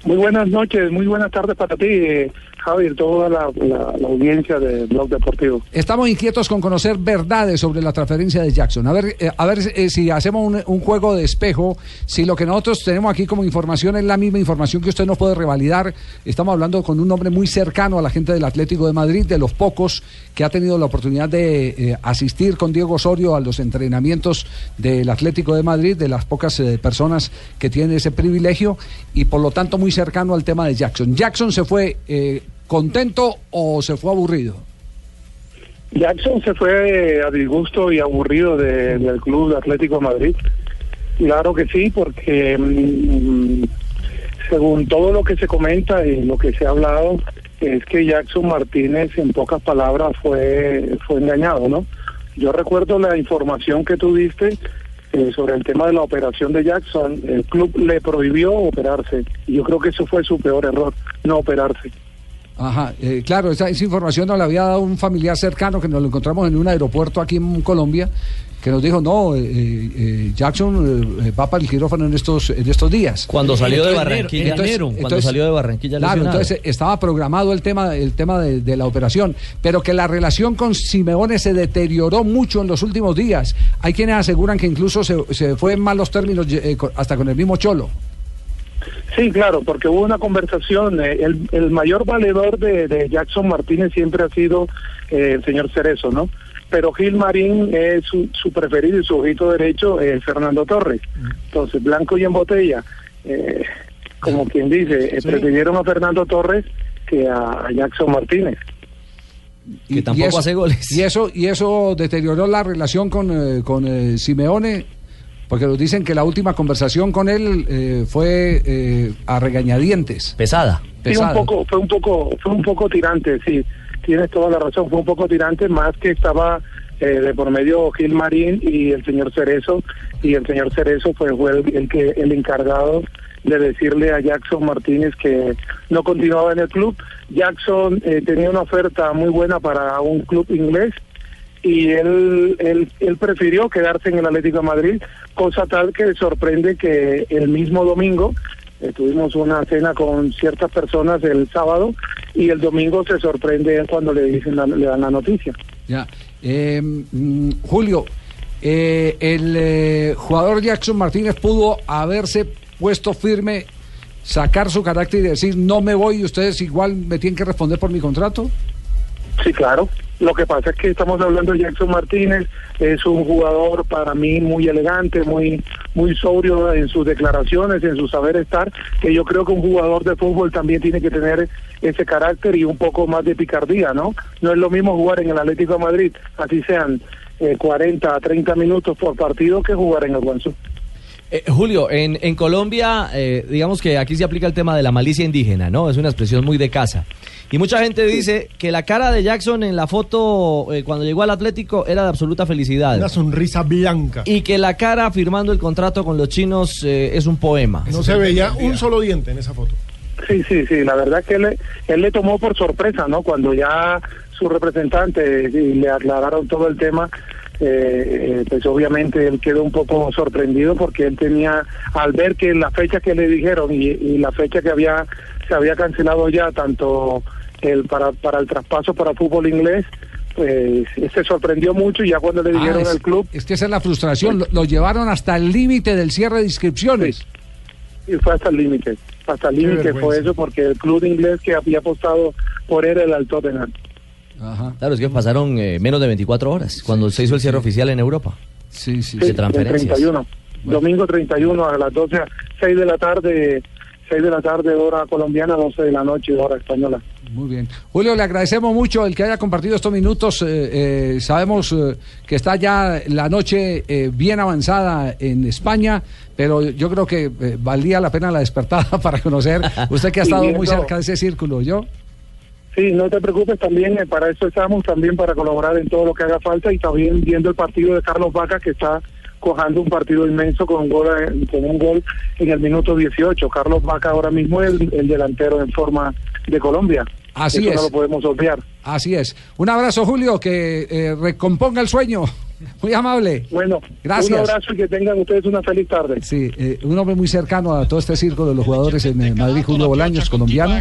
Muy buenas noches, muy buenas tardes para ti, eh, Javier, toda la, la- la audiencia de Blog Deportivo. Estamos inquietos con conocer verdades sobre la transferencia de Jackson. A ver, eh, a ver eh, si hacemos un, un juego de espejo, si lo que nosotros tenemos aquí como información es la misma información que usted nos puede revalidar. Estamos hablando con un hombre muy cercano a la gente del Atlético de Madrid, de los pocos que ha tenido la oportunidad de eh, asistir con Diego Osorio a los entrenamientos del Atlético de Madrid, de las pocas eh, personas que tienen ese privilegio y por lo tanto muy cercano al tema de Jackson. ¿Jackson se fue eh, contento o se fue aburrido? Jackson se fue eh, a disgusto y aburrido de- del club de Atlético de Madrid. Claro que sí, porque mm, según todo lo que se comenta y lo que se ha hablado, es que Jackson Martínez, en pocas palabras, fue, fue engañado, ¿no? Yo recuerdo la información que tú diste eh, sobre el tema de la operación de Jackson. El club le prohibió operarse. Y yo creo que eso fue su peor error, no operarse. Ajá, eh, claro, esa, esa información nos la había dado un familiar cercano que nos lo encontramos en un aeropuerto aquí en Colombia, que nos dijo, no, eh, eh, Jackson eh, va para el quirófano en estos, en estos días. Cuando salió de Barranquilla, enero, cuando salió de Barranquilla Claro, lesionado. entonces eh, estaba programado el tema, el tema de, de la operación, pero que la relación con Simeone se deterioró mucho en los últimos días. Hay quienes aseguran que incluso se, se fue en malos términos eh, con- hasta con el mismo Cholo. Sí, claro, porque hubo una conversación. eh, El, el mayor valedor de, de Jackson Martínez siempre ha sido eh, el señor Cerezo, ¿no? Pero Gil Marín es su, su preferido y su ojito derecho es Fernando Torres. Entonces, blanco y en botella. eh, como quien dice, eh, prefirieron a Fernando Torres que a a Jackson Martínez. que tampoco hace goles. Y eso, y eso deterioró la relación con, eh, con eh, Simeone, porque nos dicen que la última conversación con él eh, fue eh, a regañadientes. Pesada. Sí, un poco, fue un poco, fue un poco tirante, sí. Tienes toda la razón, fue un poco tirante, más que estaba eh, de por medio Gil Marín y el señor Cerezo, y el señor Cerezo fue, fue el, el que el encargado de decirle a Jackson Martínez que no continuaba en el club. Jackson eh, tenía una oferta muy buena para un club inglés y él, él, él prefirió quedarse en el Atlético de Madrid, cosa tal que sorprende que el mismo domingo eh, tuvimos una cena con ciertas personas el sábado y el domingo se sorprende él cuando le dicen la- le dan la noticia. Ya. Eh, mm, Julio, eh, el eh, jugador Jackson Martínez pudo haberse puesto firme, sacar su carácter y decir, no me voy y ustedes igual me tienen que responder por mi contrato. Sí, claro. Lo que pasa es que estamos hablando de Jackson Martínez, es un jugador para mí muy elegante, muy muy sobrio en sus declaraciones, en su saber estar, que yo creo que un jugador de fútbol también tiene que tener ese carácter y un poco más de picardía, ¿no? No es lo mismo jugar en el Atlético de Madrid, así sean eh, 40 a 30 minutos por partido, que jugar en el Guangzhou. Eh, Julio, en, en Colombia, eh, digamos que aquí se aplica el tema de la malicia indígena, ¿no? Es una expresión muy de casa. Y mucha gente dice que la cara de Jackson en la foto eh, cuando llegó al Atlético era de absoluta felicidad. Una sonrisa blanca. Y que la cara firmando el contrato con los chinos eh, es un poema. No se veía un solo diente en esa foto. Sí, sí, sí, la verdad que él, él le tomó por sorpresa, ¿no? Cuando ya su representante eh, y le aclararon todo el tema, eh, eh, pues obviamente él quedó un poco sorprendido porque él tenía, al ver que la fecha que le dijeron y, y la fecha que había se había cancelado ya tanto el para, para el traspaso para fútbol inglés, pues se sorprendió mucho y ya cuando le dijeron Ah, es, al club es que esa es la frustración. Lo, lo llevaron hasta el límite del cierre de inscripciones. y fue hasta el límite, hasta el Qué límite fue vergüenza. eso porque el club inglés que había apostado por él era el Tottenham. Claro, es que pasaron eh, menos de 24 horas cuando se hizo el cierre oficial en Europa. Sí, sí, De el transferencias. 31. Domingo 31 a las 12, a 6 de la tarde 6 de la tarde, hora colombiana, 12 de la noche, hora española. Muy bien. Julio, le agradecemos mucho el que haya compartido estos minutos. Eh, eh, sabemos eh, que está ya la noche eh, bien avanzada en España, pero yo creo que eh, valía la pena la despertada para conocer. Usted que ha Y estado muy viendo- cerca de ese círculo, ¿yo? Sí, no te preocupes, también eh, para eso estamos, también para colaborar en todo lo que haga falta y también viendo el partido de Carlos Vaca que está cojando un partido inmenso con un gol, eh, con un gol en el minuto 18. Carlos Vaca ahora mismo es el, el delantero en forma de Colombia. Así Eso es. no lo podemos olvidar. Así es. Un abrazo, Julio, que eh, recomponga el sueño. Muy amable. Bueno, gracias. Un abrazo y que tengan ustedes una feliz tarde. Sí, eh, un hombre muy cercano a todo este círculo de los jugadores en eh, Madrid, Julio Bolaños, colombiano,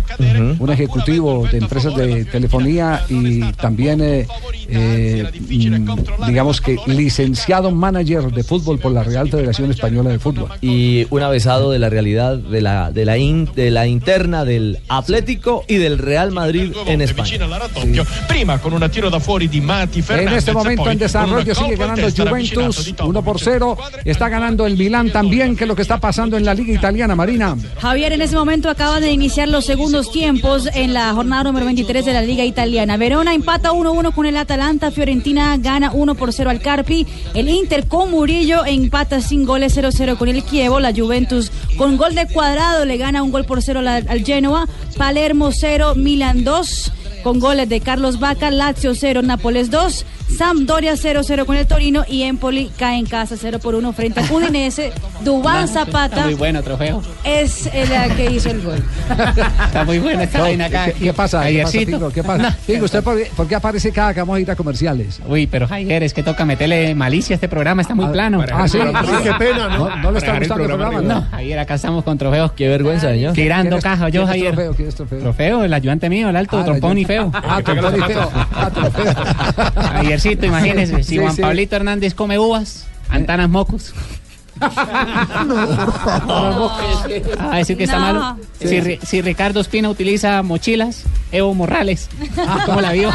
un ejecutivo de empresas de telefonía y también, eh, eh, mm, digamos que, licenciado manager de fútbol por la Real Federación Española de Fútbol. Y un avesado de la realidad de la, de la, in- de la interna del Atlético y del Real Madrid en España. Prima con una tiro da fuori di Mati En Fernandez. este momento poi con en una desarrollo sigue colpa in ganando testa, ravvicinato Juventus di 1 por 0. Está ganando el Milán también, que es lo que está pasando en la Liga Italiana, Marina. Javier, en ese momento acaba de iniciar los segundos tiempos en la jornada número 23 de la Liga Italiana. Verona empata 1-1 con el Atalanta, Fiorentina gana 1 por 0 al Carpi, el Inter con Murillo empata sin goles 0-0 con el Chievo, la Juventus con gol de cuadrado le gana un gol por 0 al Genoa, Palermo 0, Milan 2 con goles de Carlos Vaca, Lazio 0, Nápoles 2, Sampdoria 0-0 con el Torino y Empoli cae en casa 0 por 1 frente a Udinese. Dubán Zapata Muy bueno, trofeo. es el eh, que hizo el gol. Está muy buena esta No, vaina acá. ¿Qué, qué pasa? ¿Qué pasa, Javiercito. Pingo? ¿Qué pasa? Pingo, ¿usted por, qué- por qué aparece cada que vamos a ir a comerciales? Uy, pero Javier, es que toca meterle malicia a este programa, está muy plano. Ah, sí. Qué pena, ¿no? No, no le está Para gustando el programa, ¿no? No, Javier, acá estamos con trofeos. Qué vergüenza, señor. Tirando ¿Quién es- caja, quién yo, es Javier. trofeo? ¿Quién es trofeo? Trofeo, el ayudante mío, el alto, Ah, el trompón y feo. Ah, trompón y feo. Ah, trompeo. Javiercito, imagínese, si Sí, Juan sí. Pablito Hernández come uvas, antanas mocos. Ah, A Ah, decir que está No. malo. Sí. Si, Ri- si Ricardo Espina utiliza mochilas, Evo Morrales. ¿Cómo la vio?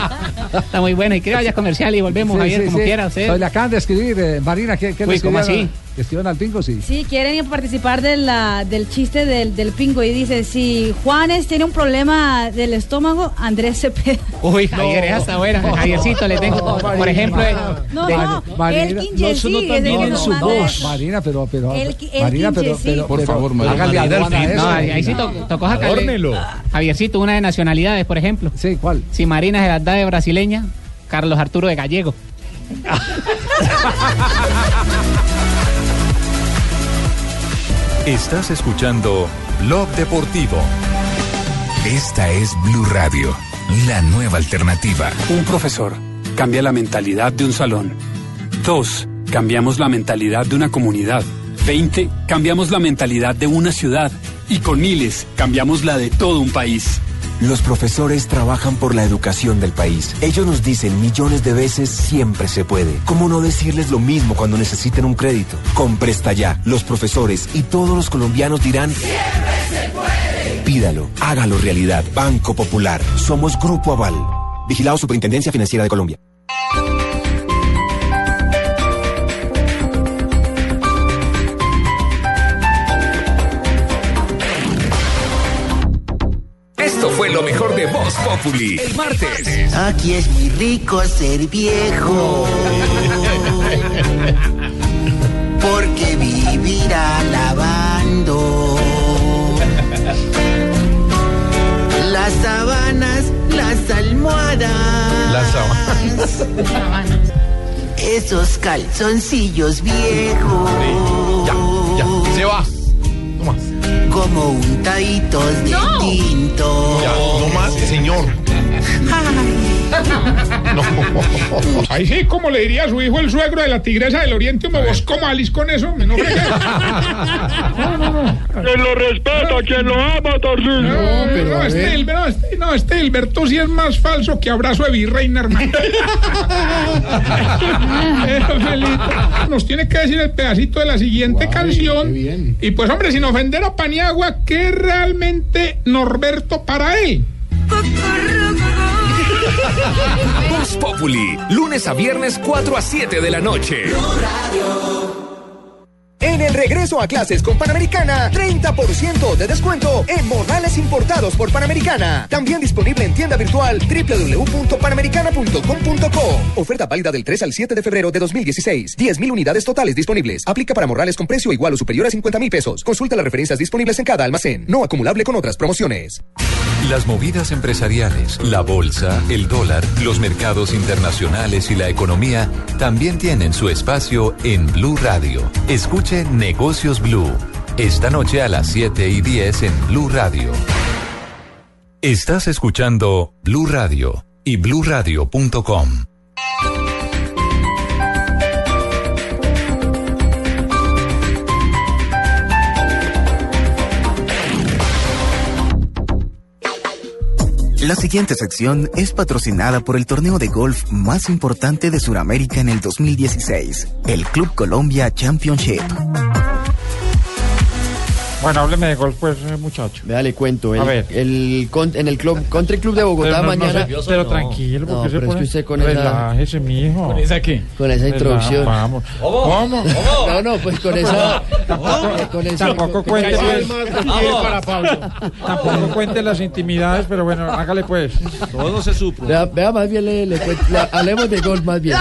Está muy buena. Y que vaya comercial y volvemos, Ah, Sí, Javier, sí, como sí. quiera. Usted. Pues le acaban de escribir, eh, Marina, ¿qué, qué le Uy, ¿cómo escribieron? así? ¿Le escribieron al Pingo? Sí. Sí, quieren participar de la, del chiste del, del pingo y dice, si Juanes tiene un problema del estómago, Andrés Cepeda. Uy, Javier, esa está buena. Javiercito, le tengo. por ejemplo, eh, No, de- no, Elkin Jessy es el que en nos su manda- voz. Marina, pero. pero El- Elkin Marina, pero, Jessy. pero- Por pero- favor, Marina. hágale Marina, aduana a del fin, eso, No, ahí, Marina. ahí sí to- tocó sacarle- Adórnelo. Javiercito, una de nacionalidades, por ejemplo. Sí, ¿cuál? Si Marina se las da de brasileña, Carlos Arturo de gallego. Estás escuchando Blog Deportivo. Esta es Blue Radio, la nueva alternativa. Un profesor cambia la mentalidad de un salón. Dos, cambiamos la mentalidad de una comunidad. Veinte, cambiamos la mentalidad de una ciudad. Y con miles, cambiamos la de todo un país. Los profesores trabajan por la educación del país. Ellos nos dicen millones de veces siempre se puede. ¿Cómo no decirles lo mismo cuando necesiten un crédito? Con Presta Ya, los profesores y todos los colombianos dirán siempre se puede. Pídalo, hágalo realidad. Banco Popular. Somos Grupo Aval. Vigilado Superintendencia Financiera de Colombia. Esto fue lo mejor de Voz Populi. El martes. Aquí es muy rico ser viejo. Porque vivir alabando. Las sábanas, las almohadas. Las Esos calzoncillos viejos. Ya, se va. Como untaditos de tinto. Ya, no más, señor. Ahí sí, como le diría a su hijo el suegro de la tigresa del oriente, me vos comalis con eso, me no fregues. Quien lo respeta, quien lo ama, Tarcísio. No, no, Stilber, no, Stil- no, Stilber, tú sí es más falso que abrazo de virreina, hermano. Eh, Felita, Nos tiene que decir el pedacito de la siguiente canción. Y pues, hombre, sin ofender a Paniagua, ¿qué es realmente Norberto para él? Voz Populi, lunes a viernes 4 a 7 de la noche. En el regreso a clases con Panamericana, 30% de descuento en modales importados por Panamericana. También disponible en tienda virtual www.panamericana.com.co. Oferta válida del 3 al 7 de febrero de 2016. 10.000 unidades totales disponibles. Aplica para morrales con precio igual o superior a 50.000 pesos. Consulta las referencias disponibles en cada almacén. No acumulable con otras promociones. Las movidas empresariales, la bolsa, el dólar, los mercados internacionales y la economía también tienen su espacio en Blue Radio. Escuche Negocios Blue. Esta noche a las 7 y 10 en Blue Radio. Estás escuchando Blue Radio y bluradio.com. La siguiente sección es patrocinada por el torneo de golf más importante de Sudamérica en el 2016, el Club Colombia Championship. Bueno, hábleme de golf, pues, eh, muchacho. Dale cuento. El, A ver. el con- en el club, Country Club de Bogotá Pero no, no mañana. sé, pero tranquilo, No, porque se pero es pone- que usted con esa, Relájese, mijo. ¿Con esa qué? Con Pues esa Relá- introducción. Vamos. ¿Cómo? ¿Cómo? No, no, pues con esa. con esa- Tampoco con- cuente, con- pues. Tampoco cuente las intimidades, pero bueno, hágale pues. Todo se supo. Vea, vea, más bien, le, le cuento- le- hablemos de golf más bien.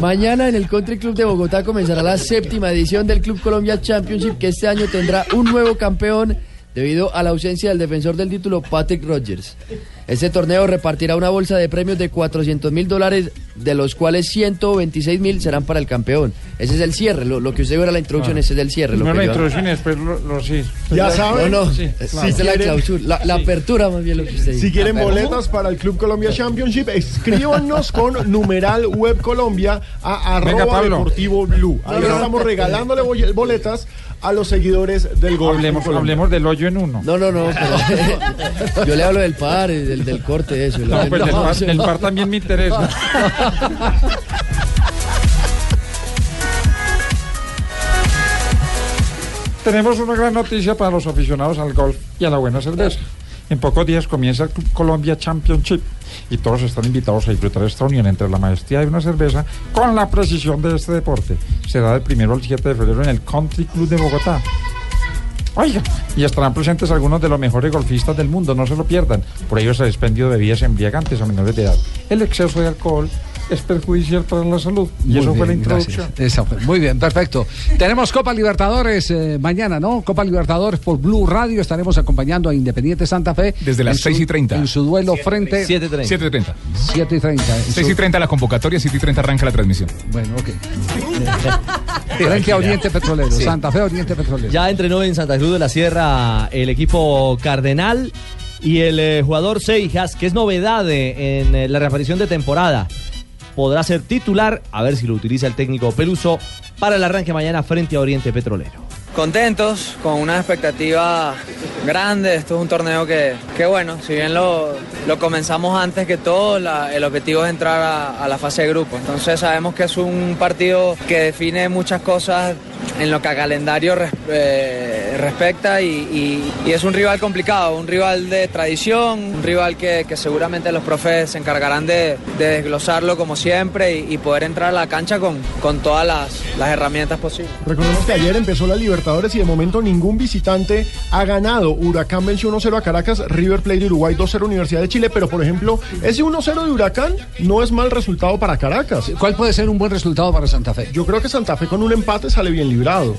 Mañana en el Country Club de Bogotá comenzará la séptima edición del Club Colombia Championship, que este año tendrá un nuevo campeón debido a la ausencia del defensor del título, Patrick Rogers. Este torneo repartirá una bolsa de premios de 400 mil dólares, de los cuales 126 mil serán para el campeón. Ese es el cierre, lo, lo que usted vio era la introducción, Ah. ese es el cierre. Lo Primero la que yo- introducción y después lo, lo- sí. No, no, Sí, esta claro. es la clausura, la, la apertura más bien lo que usted dice. Si quieren Apertura. boletas para el Club Colombia Championship, escríbanos con numeral web Colombia a Venga, arroba Pablo. deportivo blue. Ahí No, no. estamos regalándole bolle- boletas a los seguidores del gol. Hablemos, hablemos del hoyo en uno. No, no, no. pero- yo le hablo del par, del, del corte, eso. No, pues del par, del par también me interesa. Tenemos una gran noticia para los aficionados al golf y a la buena cerveza. En pocos días comienza el Club Colombia Championship y todos están invitados a disfrutar esta unión entre la maestría de una cerveza con la precisión de este deporte. Será del primero al 7 de febrero en el Country Club de Bogotá. Oiga, y estarán presentes algunos de los mejores golfistas del mundo, no se lo pierdan. Por ello se despendio de bebidas embriagantes a menores de edad. El exceso de alcohol es perjudicial para la salud. Y Muy eso fue la bien, gracias. introducción. Esa fue- Muy bien, perfecto. Tenemos Copa Libertadores eh, mañana, ¿no? Copa Libertadores por Blue Radio. Estaremos acompañando a Independiente Santa Fe. Desde las en su- 6 y 30. En su duelo frente. 7 y 30. 7 y 30. 7 y 30. En 6 su- y 30 la convocatoria, 7 y 30 arranca la transmisión. Bueno, ok. Frente a Oriente Petrolero. Sí. Santa Fe, Oriente Petrolero. Ya entrenó en Santa Cruz de la Sierra el equipo Cardenal y el eh, jugador Seijas, que es novedad eh, en eh, la reaparición de temporada. Podrá ser titular, a ver si lo utiliza el técnico Peluso, para el arranque mañana frente a Oriente Petrolero. Contentos, con una expectativa grande. Esto es un torneo que, que bueno, si bien lo, lo comenzamos antes que todo, la- el objetivo es entrar a, a la fase de grupo. Entonces sabemos que es un partido que define muchas cosas en lo que a calendario res- eh, respecta y, y- y es un rival complicado, un rival de tradición, un rival que, que seguramente los profes se encargarán de, de desglosarlo como siempre y, y poder entrar a la cancha con, con todas las- las herramientas posibles. Recordemos que ayer empezó la Libertadores y de momento ningún visitante ha ganado. Huracán venció 1-0 a Caracas, River Plate de Uruguay 2-0 Universidad de Chile, pero por ejemplo, ese 1-0 de Huracán no es mal resultado para Caracas. ¿Cuál puede ser un buen resultado para Santa Fe? Yo creo que Santa Fe con un empate sale bien librado.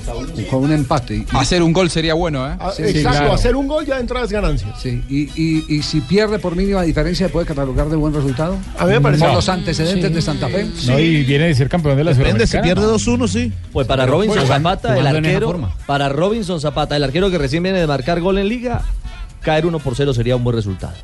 Con un empate. Hacer un gol sería bueno, ¿eh? Ah, exacto, hacer un gol ya entra las ganancias. Sí, y, y- y si pierde por mínima diferencia, ¿puede catalogar de buen resultado? A mí me parece- Por No. los antecedentes Sí. de Santa Fe. No, y viene de ser campeón de la Depende, si Sudamericana. pierde 2-1, sí. Pues para Pero Robinson juegan Zapata, el jugando en esa arquero, forma. para Robinson Zapata, el arquero que recién viene de marcar gol en liga, caer 1 por 0 sería un buen resultado.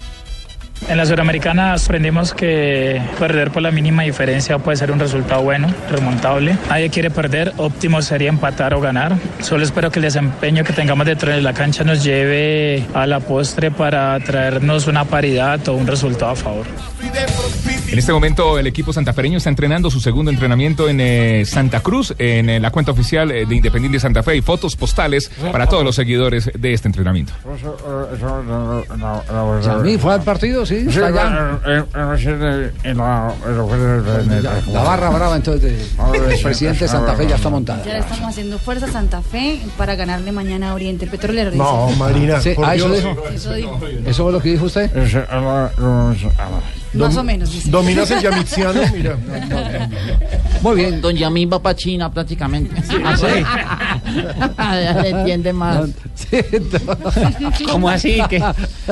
En la Suramericana aprendimos que perder por la mínima diferencia puede ser un resultado bueno, remontable. Nadie quiere perder, óptimo sería empatar o ganar. Solo espero que el desempeño que tengamos dentro de la cancha nos lleve a la postre para traernos una paridad o un resultado a favor. En este momento el equipo santafereño está entrenando su segundo entrenamiento en eh, Santa Cruz, en eh, la cuenta oficial eh, de Independiente Santa Fe y fotos postales para todos los seguidores de este entrenamiento. eh, Sammy fue al partido, eh, sí. eh, está allá. La barra brava entonces de- del presidente de Santa Fe ya está montada. Ya le estamos haciendo fuerza a Santa Fe para ganarle mañana a Oriente Petrolero. No, dice. Marina, Sí, por ah, eso Dios. dijo. Eso dijo. ¿Eso fue lo que dijo usted? Más o menos, dice. Dominas el yamiciano, mira. Muy bien. Don Yamín va para China prácticamente. Así. Ah, Ya se entiende más. ¿Cómo así? ¿Qué?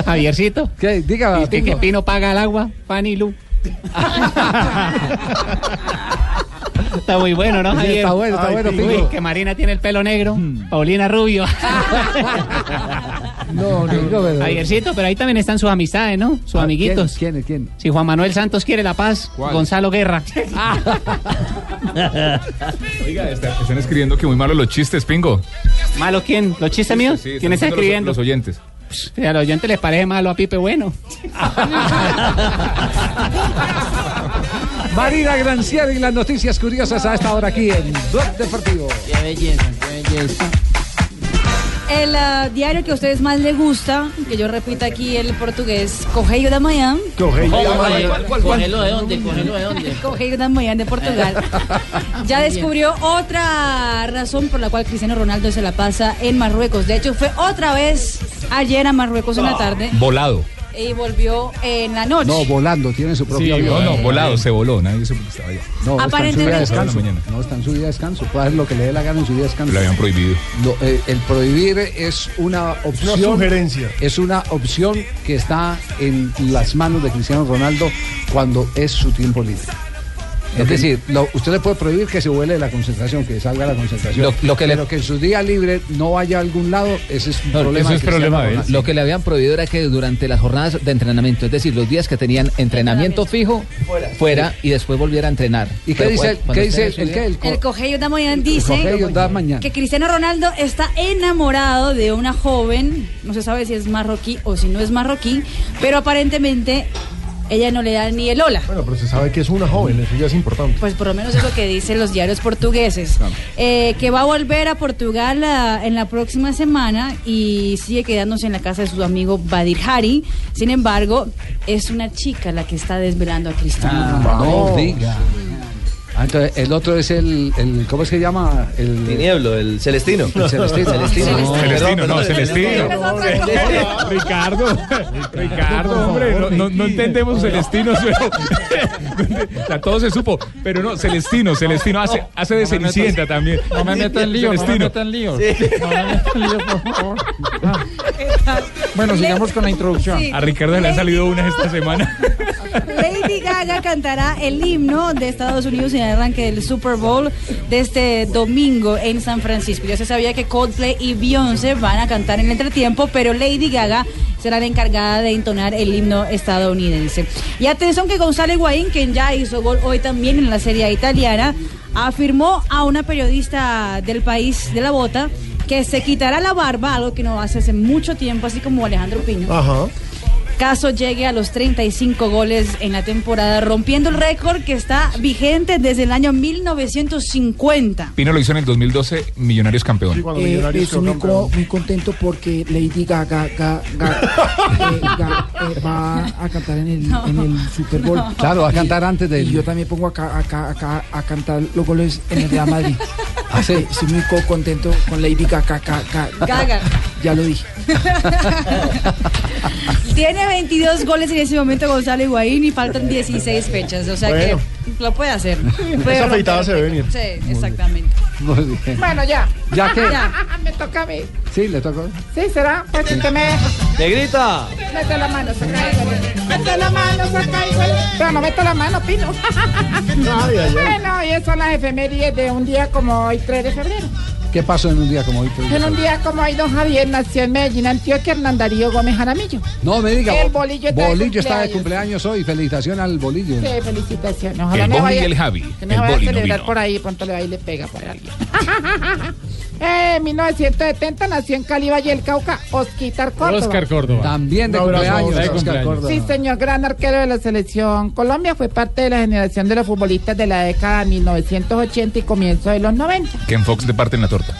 Javiercito. ¿Qué? Diga, ¿Viste que Pingo. Pino paga el agua, pan y luz? Está muy bueno, ¿no, Sí, Javier? está bueno, está Ay, bueno, Pingo. Hmm. Uy, que Marina tiene el pelo negro, Paulina rubio. No, no, no, no. Javiercito, pero ahí también están sus amistades, ¿no? Sus Ah, amiguitos. ¿Quién, quién, quién? Si Juan Manuel Santos quiere la paz, Gonzalo Guerra. Ah. Oiga, está- están escribiendo que muy malos los chistes, Pingo. ¿Malo quién? ¿Los chistes míos? Sí, ¿Quién está diciendo los- escribiendo? Los, oyentes. Sí, A los oyentes les parece malo a Pipe Bueno. Marina Granciera y las noticias curiosas a esta hora aquí en Blog Deportivo. Qué belleza, qué belleza. El ah, diario que a ustedes más les gusta, que yo repito aquí el portugués, Correio da Manhã. Correio ¿Cómo, da cuál, Manhã. cuál, cuál? Cógelo de dónde, cógelo de dónde. Correio da Manhã de Portugal. Ya descubrió otra razón por la cual Cristiano Ronaldo se la pasa en Marruecos. De hecho, fue otra vez ayer a Marruecos en la tarde Volado. y volvió en la noche. No, volando, tiene su propio Sí, avión. no, no, volado, se voló. Nadie supo que estaba allá. No, está en su día de Aparentemente. descanso. Por la mañana. No, está en su día de descanso. Puede hacer lo que le dé la gana en su día de descanso. Lo habían prohibido. No, eh, el prohibir es una opción. sugerencia. Es una opción que está en las manos de Cristiano Ronaldo cuando es su tiempo libre. Es Ok. decir, lo- usted le puede prohibir que se vuele de la concentración, que salga de la concentración. Lo- lo que le- Pero que en su día libre no vaya a algún lado, ese es un No, problema. eso es de Cristiano problema de él. Ronaldo. Lo que le habían prohibido era que durante las jornadas de entrenamiento, es decir, los días que tenían entrenamiento fijo, fuera, y después volviera a entrenar. ¿Y qué Pero dice, cua- el- cuando qué esté dice en el, su el día- qué? El co- El Cogeio da Moyan dice Cogeio da Mañán. que Cristiano Ronaldo está enamorado de una joven, no se sabe si es marroquí o si no es marroquí, pero aparentemente ella no le da ni el hola. Bueno, pero se sabe que es una joven, eso ya es importante. Pues por lo menos es lo que dicen los diarios portugueses. Eh, que va a volver a Portugal ah, en la próxima semana y sigue quedándose en la casa de su amigo Badir Hari. Sin embargo, es una chica la que está desvelando a Cristiano. Ah, Ronaldo. no diga. Ah, entonces, el otro es el, el- ¿cómo es que llama? El Tinieblo, el Celestino. El Celestino. Celestino. No. Celestino, no, Celestino. Ricardo, Ricardo, hombre, no, no- no entendemos Celestino, pero- o sea, todo se supo, pero no, Celestino, Celestino hace, hace de Cenicienta también. No me metan en lío, no me metan en lío. No me metan en lío, por favor. Ah. Bueno, sigamos con la introducción. Sí. A Ricardo le han salido unas esta semana. Lady Gaga cantará el himno de Estados Unidos en el arranque del Super Bowl de este domingo en San Francisco. Ya se sabía que Coldplay y Beyoncé van a cantar en el entretiempo, pero Lady Gaga será la encargada de entonar el himno estadounidense. Y atención que Gonzalo Higuaín, quien ya hizo gol hoy también en la Serie A italiana, afirmó a una periodista del país de la bota que se quitará la barba, algo que no hace hace mucho tiempo, así como Alejandro Pino Ajá. caso llegue a los 35 goles en la temporada, rompiendo el récord que está vigente desde el año 1950. Pino lo hizo en el 2012, Millonarios campeón. Eh, estoy muy, co- muy contento porque Lady Gaga, Ga- Ga- eh, Ga- eh, va a cantar en el, en el Super Bowl. No. Claro, va a Y- cantar antes del- Y yo también pongo acá, acá, acá a cantar los goles en el Real Madrid. Eh, Estoy muy co- contento con Lady Gaga, Ga- Ga- Gaga. Ya lo dije. Tiene 22 goles en ese momento Gonzalo Higuaín y faltan 16 fechas, o sea Bueno. que lo puede hacer. Puede Esa afeitada romper se el debe récord. venir. Sí, exactamente. Muy bien. Bueno, ya. ¿Ya qué? Me toca a mí. Sí, le tocó. Sí, será. Pues usted me. Negrita. Mete la mano, saca igual. Mete la mano, saca igual. Pero no mete la mano, Pino. Ay, ay, ay. Bueno, y esas son las efemérides de un día como hoy, 3 de febrero. ¿Qué pasó en un día como hoy? En un día como hoy, don Javier nació en Medellín, Antioquia, Hernán Darío Gómez Jaramillo. No me diga. El bolillo está de Bolillo está de cumpleaños hoy. Felicitación al bolillo. Sí, felicitaciones. Ojalá El Boni me y vaya, el Javi. Que no El vaya Boni a no celebrar vino. por ahí, pronto le va y le pega por alguien. Eh, en 1970 nació en Cali, Valle del Cauca, Osquitar Córdoba. Oscar Córdoba. También de Un abrazo, cumpleaños, de Oscar cumpleaños. Córdoba. Sí, señor, gran arquero de la selección Colombia. Fue parte de la generación de los futbolistas de la década de 1980 y comienzo de los 90. Que en Fox le parten la torta.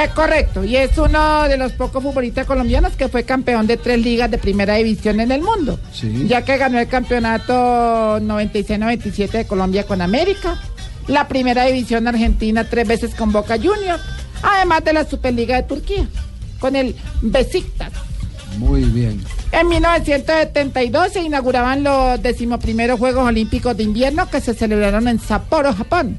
Es correcto, y es uno de los pocos futbolistas colombianos que fue campeón de tres ligas de primera división en el mundo. Sí. Ya que ganó el campeonato 96-97 de Colombia con América, la primera división argentina tres veces con Boca Juniors, además de la Superliga de Turquía, con el Besiktas. Muy bien. En 1972 se inauguraban los decimoprimeros Juegos Olímpicos de Invierno que se celebraron en Sapporo, Japón.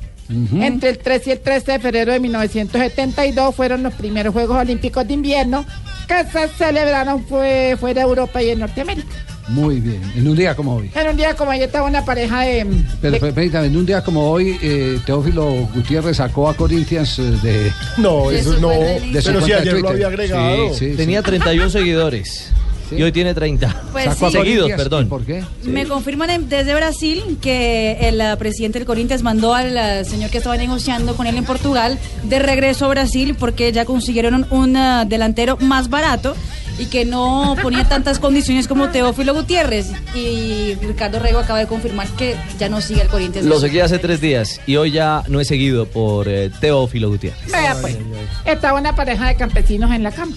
Entre el 13 y el 13 de febrero de 1972 fueron los primeros Juegos Olímpicos de Invierno que se celebraron fue, fuera de Europa y en Norteamérica. Muy bien. En un día como hoy. En un día como ayer estaba una pareja de... Eh, Pero pe- permítame, en un día como hoy, eh, Teófilo Gutiérrez sacó a Corinthians eh, de. No, De eso su no. cuenta de Instagram. su cuenta Pero si de ayer lo Twitter. había agregado. Sí, sí, Tenía sí. 31 seguidores. Y hoy tiene 30. Pues Sacó a sí. Seguidos, Corinthians, perdón. ¿Por qué? Me confirman en- desde Brasil que el eh, presidente del Corinthians mandó al eh, señor que estaba negociando con él en Portugal de regreso a Brasil porque ya consiguieron un, un, eh, delantero más barato y que no ponía tantas condiciones como Teófilo Gutiérrez. Y Ricardo Rego acaba de confirmar que ya no sigue al Corinthians. Lo seguí hace tres días y hoy ya no es seguido por eh, Teófilo Gutiérrez. Vea, pues, estaba una pareja de campesinos en la cama.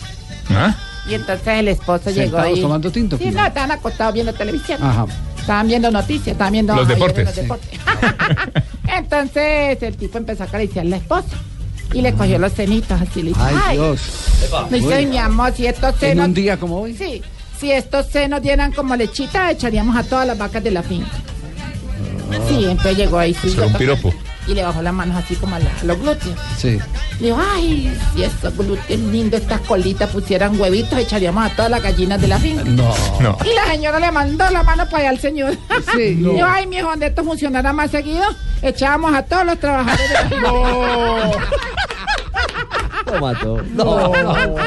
¿Ah? Y entonces el esposo llegó Sentados ahí. tomando tinto. Sí, no, estaban acostados viendo televisión. Ajá. Estaban viendo noticias, estaban viendo Los ay, deportes. los deportes. Entonces el tipo empezó a acariciar a la esposa y le cogió los cenitos así. Le dijo, Ah. Ay, "Ay". Dios. Me dice, "Ay, mi amor, si estos En senos. un día como hoy. Sí, si estos senos dieran como lechita, echaríamos a todas las vacas de la finca. Ah. Sí, entonces llegó ahí. sí, Eso era un piropo. Y le bajó las manos así como a, la- a los glúteos. Sí. Le digo, ay, si estos glúteos lindos, estas colitas pusieran huevitos, echaríamos a todas las gallinas de la finca. No. No. Y la señora le mandó la mano para allá al señor. Sí. Le digo, No. ay, mijo, donde esto funcionara más seguido, echábamos a todos los trabajadores. de la finca". Lo mató. No. no,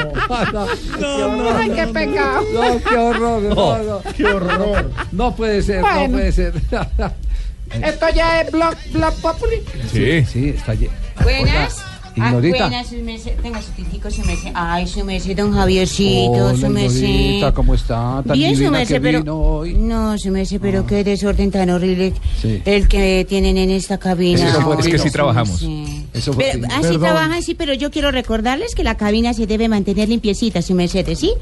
Ay, qué no, pecado. No, qué horror, no, no. Qué horror. No puede ser, Bueno. no puede ser. Esto ya es blog, blog populi. Sí, sí, está lleno. Buenas. Ignorita. Ah, buenas, su merced. Venga, su tintico, su merced. Ay, su merced, don Javiercito, su merced. ¿Cómo está? Tan Bien, su divina que merced, pero... vino. Ah. No, su merced, pero qué desorden tan horrible Sí. el que tienen en esta cabina. Es que- Ay, es que sí su trabajamos. Eso Pero, así trabajan, sí, pero yo quiero recordarles que la cabina se debe mantener limpiecita, su merced, ¿sí?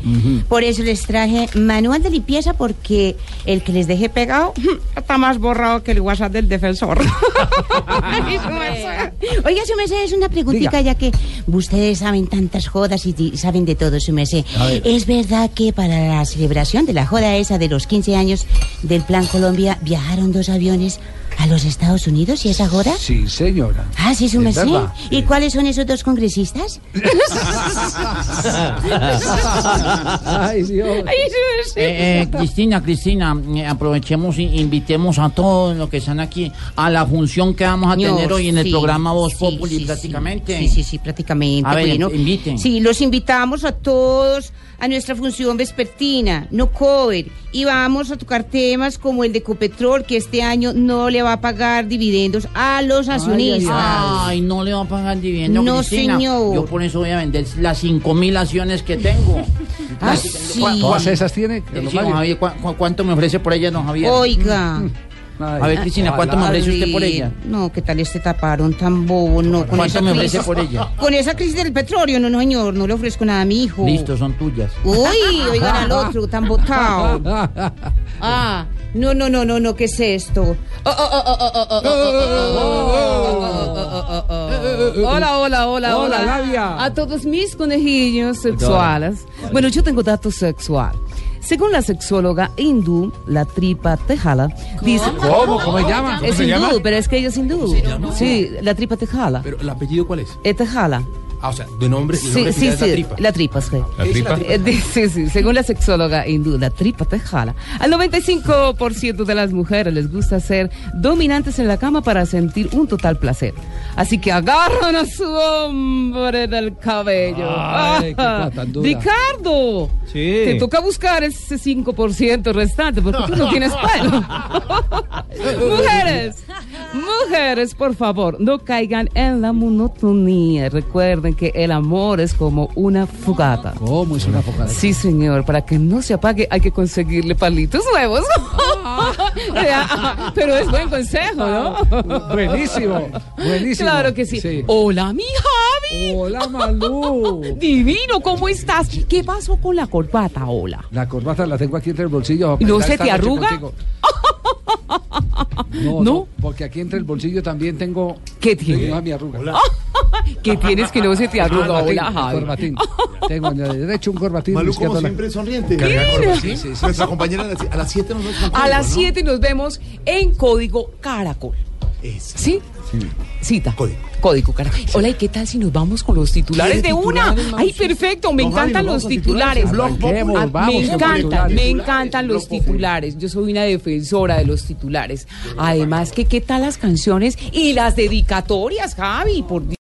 Por eso les traje manual de limpieza, porque el que les dejé pegado está más borrado que el WhatsApp del defensor. Ay, su merced. Oiga, su merced, es una preguntita, Diga. ya que ustedes saben tantas jodas y di- saben de todo, su merced. A ver. ¿Es verdad que para la celebración de la joda esa de los 15 años del Plan Colombia viajaron dos aviones a los Estados Unidos y esa joda? Sí, señora. Ah, sí, su Es merced. verdad. ¿Y cuáles son esos dos congresistas? Ah. Ay, Dios. oh. Eh, eh, Cristina, Cristina, eh, aprovechemos e invitemos a todos los que están aquí a la función que vamos a No, tener hoy en el sí, programa Voz sí, Populi sí, prácticamente. Sí, sí, sí, prácticamente. A ver, bueno, inviten. Sí, los invitamos a todos a nuestra función vespertina, no cover, y vamos a tocar temas como el de Copetrol, que este año no le va a pagar dividendos a los ay, accionistas. ay, no le va a pagar dividendo, No, Cristina. señor. Yo por eso voy a vender las cinco mil acciones que tengo. Ah, Las- sí. ¿cuá- ¿Todas cuá- esas tiene? Sí, don Javier, ¿cuá- cuá- ¿Cuánto me ofrece por ella, don Javier? Oiga. A ver, Cristina, ¿cuánto me ofrece usted por ella? No, ¿qué tal este taparon tan bobo? No, con ¿Cuánto esa me crisis- ofrece por ella? Con esa crisis del petróleo, no, no, señor, no le ofrezco nada a mi hijo. Mm. Listo, son tuyas. Uy, oigan al otro, tan botado. Ah, no, no, no, no, no, ¿qué es esto? Oh, oh, oh, oh, oh, oh, oh, oh, oh, oh, oh, oh, oh, oh, oh. Hola, hola, hola, Hola, hola. Labia. A todos mis conejillos sexuales. Bueno, yo tengo datos sexual. Según la sexóloga hindú, la tripa tejala dice. ¿Cómo? ¿Cómo se llama? ¿Cómo Es se hindú, llama? pero es que ella es hindú. Sí, la tripa tejala. Pero el apellido cuál es? Es tejala. Ah, o sea, de nombre, el Sí, nombre sí, final es sí, la tripa. la tripa, sí. ¿La Es tripa? la tripa. Eh, di- sí, sí, según la sexóloga hindú, la tripa te jala. Al 95% de las mujeres les gusta ser dominantes en la cama para sentir un total placer. Así que agarran a su hombre del cabello. Ay, qué cosa tan dura. Ah, ¡Ricardo! Sí. Te toca buscar ese 5% restante porque tú no tienes pelo. Mujeres, Mujeres, por favor, no caigan en la monotonía. Recuerden que el amor es como una fogata. ¿Cómo es una fogata? Sí, señor. Para que no se apague hay que conseguirle palitos nuevos. Ah, Pero es buen consejo, ¿no? Buenísimo, buenísimo. Claro que sí. Hola, mi Javi. Hola, Malú. Divino, ¿cómo estás? ¿Qué pasó con la corbata, hola? La corbata la tengo aquí entre el bolsillo. ¿Y no Está se esta te noche arruga? contigo. No, no, porque aquí entre el bolsillo también tengo. ¿Qué tiene? Ah, Tengo a mi arruga. ¿Qué tienes que no se te arruga? Ah, no, hola, tengo Javi. corbatín. Tengo en la derecha un corbatín. Malú, en la izquierda como la- siempre, sonriente. Carga Mira. corbatín, sí, sí. Nuestra compañera a las- a las 7 nos va contar, A las ¿no? 7 nos vemos en Código Caracol. ¿Sí? Cita. Código. Código Caracol. Hola, ¿y qué tal si nos vamos con los titulares de ¿Quiere una? titulares, Ay, perfecto, me No, Javi, encantan ¿nos los vamos a titulares? titulares. Blog Arranquemos, Ah, vamos Me con encantan, titulares. me encantan los titulares. Yo soy una defensora de los titulares. Además, que qué tal las canciones y las dedicatorias, Javi, por Dios.